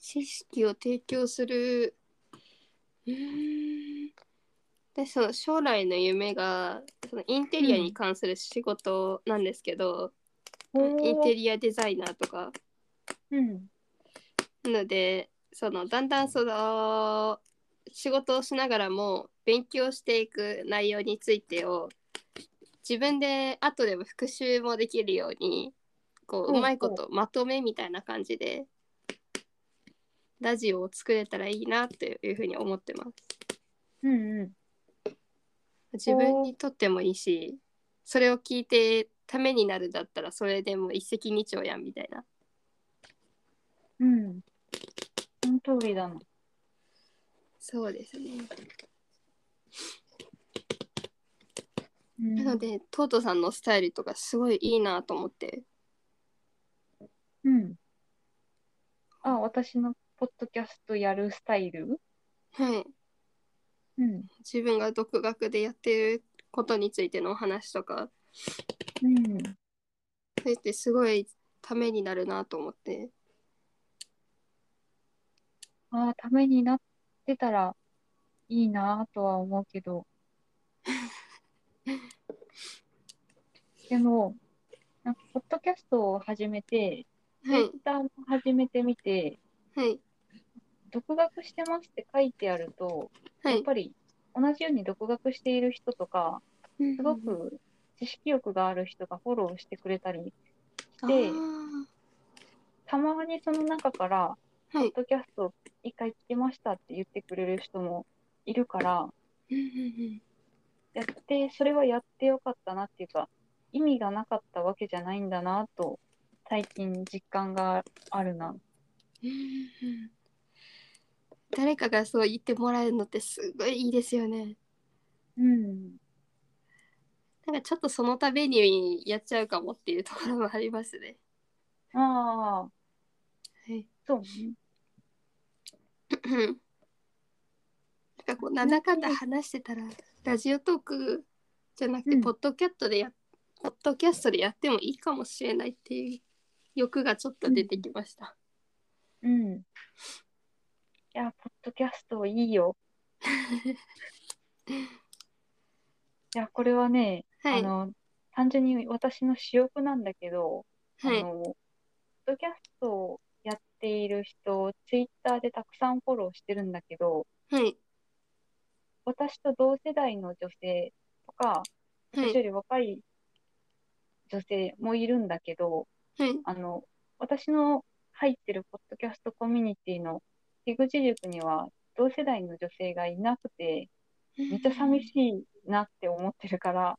Speaker 3: 知識を提供するうーんでその将来の夢がそのインテリアに関する仕事なんですけど、インテリアデザイナーとか
Speaker 2: うん。
Speaker 3: のでそのだんだんその仕事をしながらも勉強していく内容についてを自分で後でも復習もできるようにこ
Speaker 2: うん
Speaker 3: ううまいことまとめみたいな感じでラジオを作れたらいいなっていうふうに思ってます
Speaker 2: うんうん。
Speaker 3: 自分にとってもいいしそれを聞いてためになるだったらそれでもう一石二鳥やんみたいな
Speaker 2: うん。その通りだな。
Speaker 3: そうですね
Speaker 2: うん
Speaker 3: なのでトートさんのスタイルとかすごいいいなと思って
Speaker 2: うん。あ、私のポッドキャストやるスタイル
Speaker 3: はい
Speaker 2: うん。
Speaker 3: 自分が独学でやってることについてのお話とか
Speaker 2: うん。
Speaker 3: そうやってすごいためになるなと思って
Speaker 2: ああ、ためになってたらいいなぁとは思うけど。でも、なんか、ポッドキャストを始めて、ツ
Speaker 3: は
Speaker 2: イ
Speaker 3: い
Speaker 2: ッターも始めてみて、
Speaker 3: はい
Speaker 2: 独学してますって書いてあると、
Speaker 3: は
Speaker 2: やっ
Speaker 3: い
Speaker 2: ぱり同じように独学している人とか、すご
Speaker 3: うん
Speaker 2: く知識欲がある人がフォローしてくれたりし
Speaker 3: あ
Speaker 2: て、
Speaker 3: ー
Speaker 2: たまにその中から、
Speaker 3: は
Speaker 2: ポッ
Speaker 3: い
Speaker 2: ドキャスト一回聞きましたって言ってくれる人もいるから、
Speaker 3: うんうん
Speaker 2: やって、それはやってよかったなっていうか、意味がなかったわけじゃないんだなと、最近実感があるな。
Speaker 3: うんうんうん誰かがそう言ってもらえるのってすごいいいですよね
Speaker 2: うん。
Speaker 3: なんかちょっとそのためにやっちゃうかもっていうところもありますね。
Speaker 2: ああ、
Speaker 3: はい、
Speaker 2: そうね。
Speaker 3: なんかこうなんだかんだ話してたらラジオトークじゃなく
Speaker 2: う
Speaker 3: て
Speaker 2: ん
Speaker 3: ポッドキャットでや、ポッドキャストでやってもいいかもしれないっていう欲がちょっと出てきました。
Speaker 2: うん。いや、ポッドキャストいい よ。いや、これはね、
Speaker 3: はい
Speaker 2: あの、単純に私の私欲なんだけど、
Speaker 3: は
Speaker 2: あ
Speaker 3: い
Speaker 2: の、ポッドキャストをやっている人、ツイッターでたくさんフォローしてるんだけど、
Speaker 3: はい
Speaker 2: 私と同世代の女性とか、
Speaker 3: は
Speaker 2: 私よ
Speaker 3: い
Speaker 2: り若い女性もいるんだけど、
Speaker 3: はい
Speaker 2: あの、私の入ってるポッドキャストコミュニティの樋口塾には、同世代の女性がいなくて、めっちゃ寂し
Speaker 3: い。
Speaker 2: いなって思ってるから、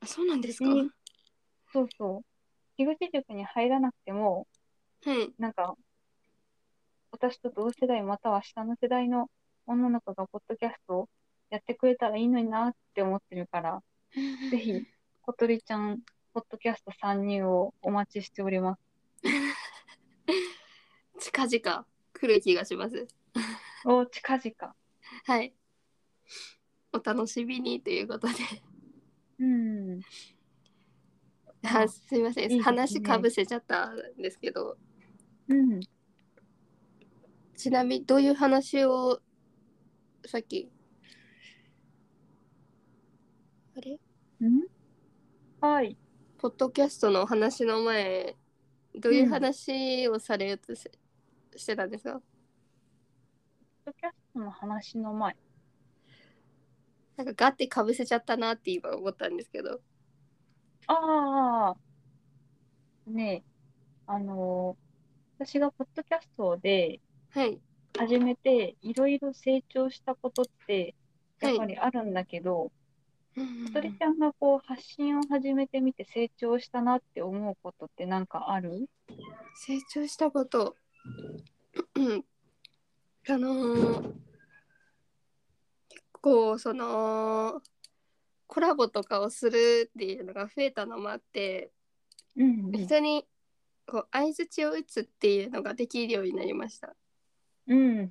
Speaker 3: あそうなんですか。
Speaker 2: うんそうそう。樋口塾に入らなくても、
Speaker 3: はい
Speaker 2: なんか、私と同世代または下の世代の女の子がポッドキャストをやってくれたらいいのになって思ってるから、 ぜひ、小鳥ちゃん、ポッドキャスト参入をお待ちしております。
Speaker 3: 近々来る気がします。
Speaker 2: お、近々。
Speaker 3: はい。お楽しみにということで。
Speaker 2: うん。
Speaker 3: あ すみません
Speaker 2: いいですね
Speaker 3: 話かぶせちゃったんですけど
Speaker 2: うん。
Speaker 3: ちなみにどういう話をさっきあれ
Speaker 2: うんはい。
Speaker 3: ポッドキャストのお話の前どういう話をされようとし,、してたんですか
Speaker 2: ポッドキャストの話の前。
Speaker 3: なんかガッてかぶせちゃったなって今思ったんですけど
Speaker 2: ああ。ねえ、あのー私がポッドキャストで
Speaker 3: はい
Speaker 2: 始めて、いろいろ成長したことって、
Speaker 3: は
Speaker 2: や
Speaker 3: い
Speaker 2: っぱりあるんだけど、
Speaker 3: うん
Speaker 2: 小鳥ちゃんがこう発信を始めてみて成長したなって思うことってなんかある
Speaker 3: 成長したこと うんあのー結構そのコラボとかをするっていうのが増えたのもあって
Speaker 2: うんうん
Speaker 3: 人にこう相づちを打つっていうのができるようになりました
Speaker 2: うん。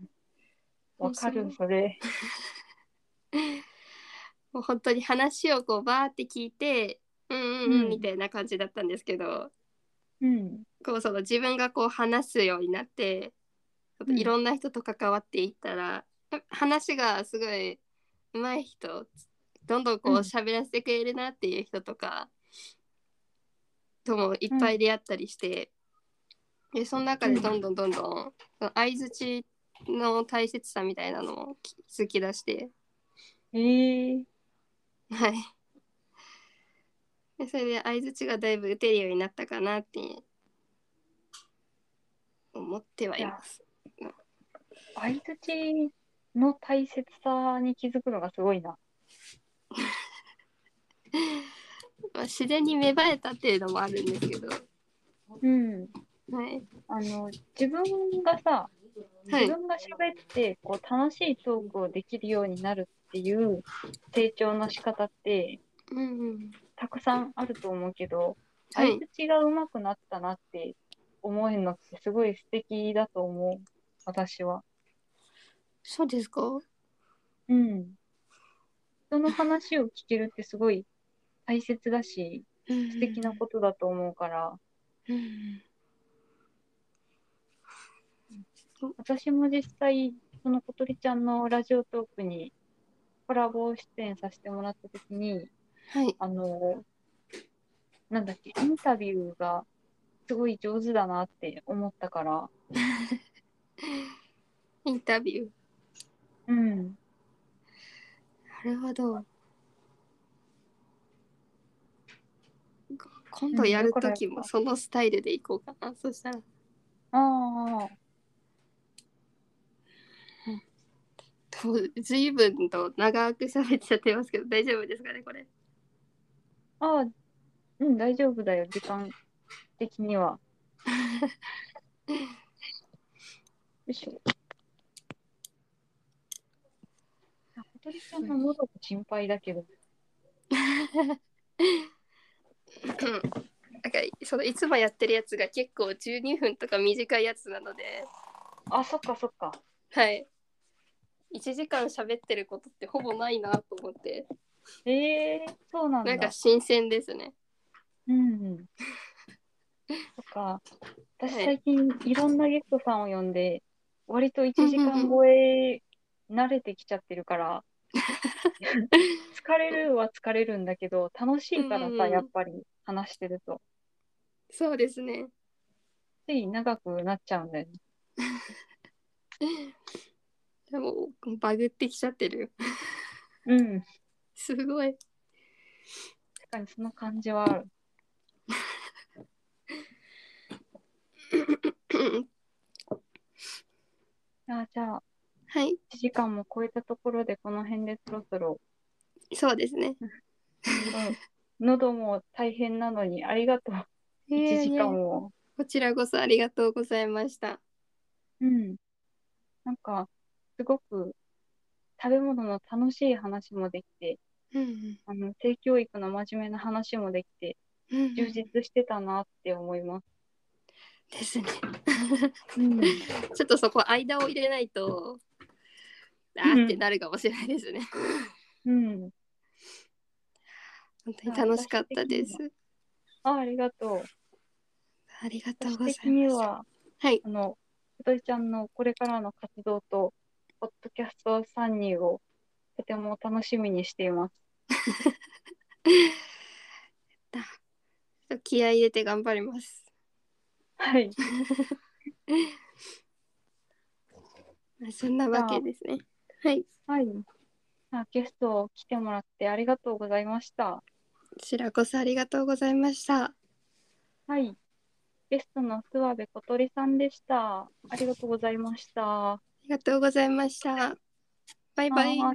Speaker 2: わかる
Speaker 3: も、う
Speaker 2: それ。
Speaker 3: もう本当に話をこうバーって聞いてうんうんう
Speaker 2: うんん
Speaker 3: みたいな感じだったんですけど、
Speaker 2: うん。
Speaker 3: こうその自分がこう話すようになってちょっといろんな人と関わっていったら、話がすごい上手い人どんどんこ
Speaker 2: う
Speaker 3: う
Speaker 2: ん
Speaker 3: 喋らせてくれるなっていう人とか、ともいっぱい出会ったりして、でその中でどんどんどんどんその相づちの大切さみたいなのも気づき出して
Speaker 2: ええ
Speaker 3: はいでそれで相づちがだいぶ打てるようになったかなって思ってはいます。
Speaker 2: 相づちの大切さに気づくのがすごいな。
Speaker 3: まあ、自然に芽生えたっていうのもあるんですけど。
Speaker 2: うん。
Speaker 3: はい。
Speaker 2: あの、自分がさ、
Speaker 3: は
Speaker 2: 自
Speaker 3: い。
Speaker 2: 分が喋って、こう、楽しいトークをできるようになるっていう成長の仕方って、
Speaker 3: うんうん。
Speaker 2: たくさんあると思うけど、
Speaker 3: は
Speaker 2: 相
Speaker 3: い
Speaker 2: づ。ちが上手くなったなって思えるのってすごい素敵だと思う、私は。
Speaker 3: そうですか
Speaker 2: うん。人の話を聞けるってすごい大切だし、
Speaker 3: 素
Speaker 2: 素敵なことだと思うから、
Speaker 3: と。うん
Speaker 2: 私も実際、その小鳥ちゃんのラジオトークにコラボ出演させてもらった時に、
Speaker 3: はい。
Speaker 2: あの、なんだっけ、インタビューがすごい上手だなって思ったから、
Speaker 3: インタビュー。
Speaker 2: うん。
Speaker 3: なるほど。今度やるときもそのスタイルでいこうかな。そしたら。
Speaker 2: ああ、
Speaker 3: と随分と長く喋っちゃってますけど大丈夫ですかねこれ。
Speaker 2: ああ、うん、大丈夫だよ、時間的に は。よいしょ。あ小鳥さんの喉が心配だけど、
Speaker 3: うんなんかそのいつもやってるやつが結構12分とか短いやつなので、
Speaker 2: あ、そっかそっか。
Speaker 3: はい、1時間喋ってることってほぼないなと思って
Speaker 2: ええそうなんだ。
Speaker 3: なんか新鮮ですね。
Speaker 2: うんうん。そっか。私
Speaker 3: はい
Speaker 2: 最近いろんなゲストさんを呼んで、割と1時間超え慣れてきちゃってる から、疲れるは疲れるんだけど、楽しいから
Speaker 3: うんうんう
Speaker 2: さ、
Speaker 3: ん
Speaker 2: やっぱり話してると。
Speaker 3: そうですね。
Speaker 2: つい長くなっちゃうんだよね。
Speaker 3: でもバグってきちゃってる。
Speaker 2: うん。確
Speaker 3: すごい。
Speaker 2: かにその感じはある。あじゃあ、
Speaker 3: はい、
Speaker 2: 1時間も超えたところで、この辺でそろそ ろ、
Speaker 3: そうですね。
Speaker 2: うん喉も大変なのに、ありがとう。1時間
Speaker 3: いえいえ
Speaker 2: を。
Speaker 3: こちらこそありがとうございました。
Speaker 2: うん。なんか、すごく食べ物の楽しい話もできて、
Speaker 3: うん
Speaker 2: あの、性教育の真面目な話もできて、
Speaker 3: うん
Speaker 2: 充実してたなって思います。
Speaker 3: ですね。
Speaker 2: うん。
Speaker 3: ちょっとそこ間を入れないと、あーってなるかもしれないですね。
Speaker 2: うん。
Speaker 3: 本当に楽しかったです。
Speaker 2: あ、ありがとう。
Speaker 3: ありがとう
Speaker 2: 私
Speaker 3: ございます。
Speaker 2: 的には、
Speaker 3: はい。
Speaker 2: あの、小鳥ちゃんのこれからの活動と、ポッドキャスト参入をとても楽しみにしています。
Speaker 3: 気合い入れて頑張ります。
Speaker 2: はい。
Speaker 3: まあそんなわけですね。はい。
Speaker 2: はい。あ、ゲスト来てもらってありがとうございました。
Speaker 3: こちらこそありがとうございました。
Speaker 2: はい。ゲストの諏訪部小鳥さんでした。ありがとうございました。
Speaker 3: ありがとうございました。バイバイ。
Speaker 2: は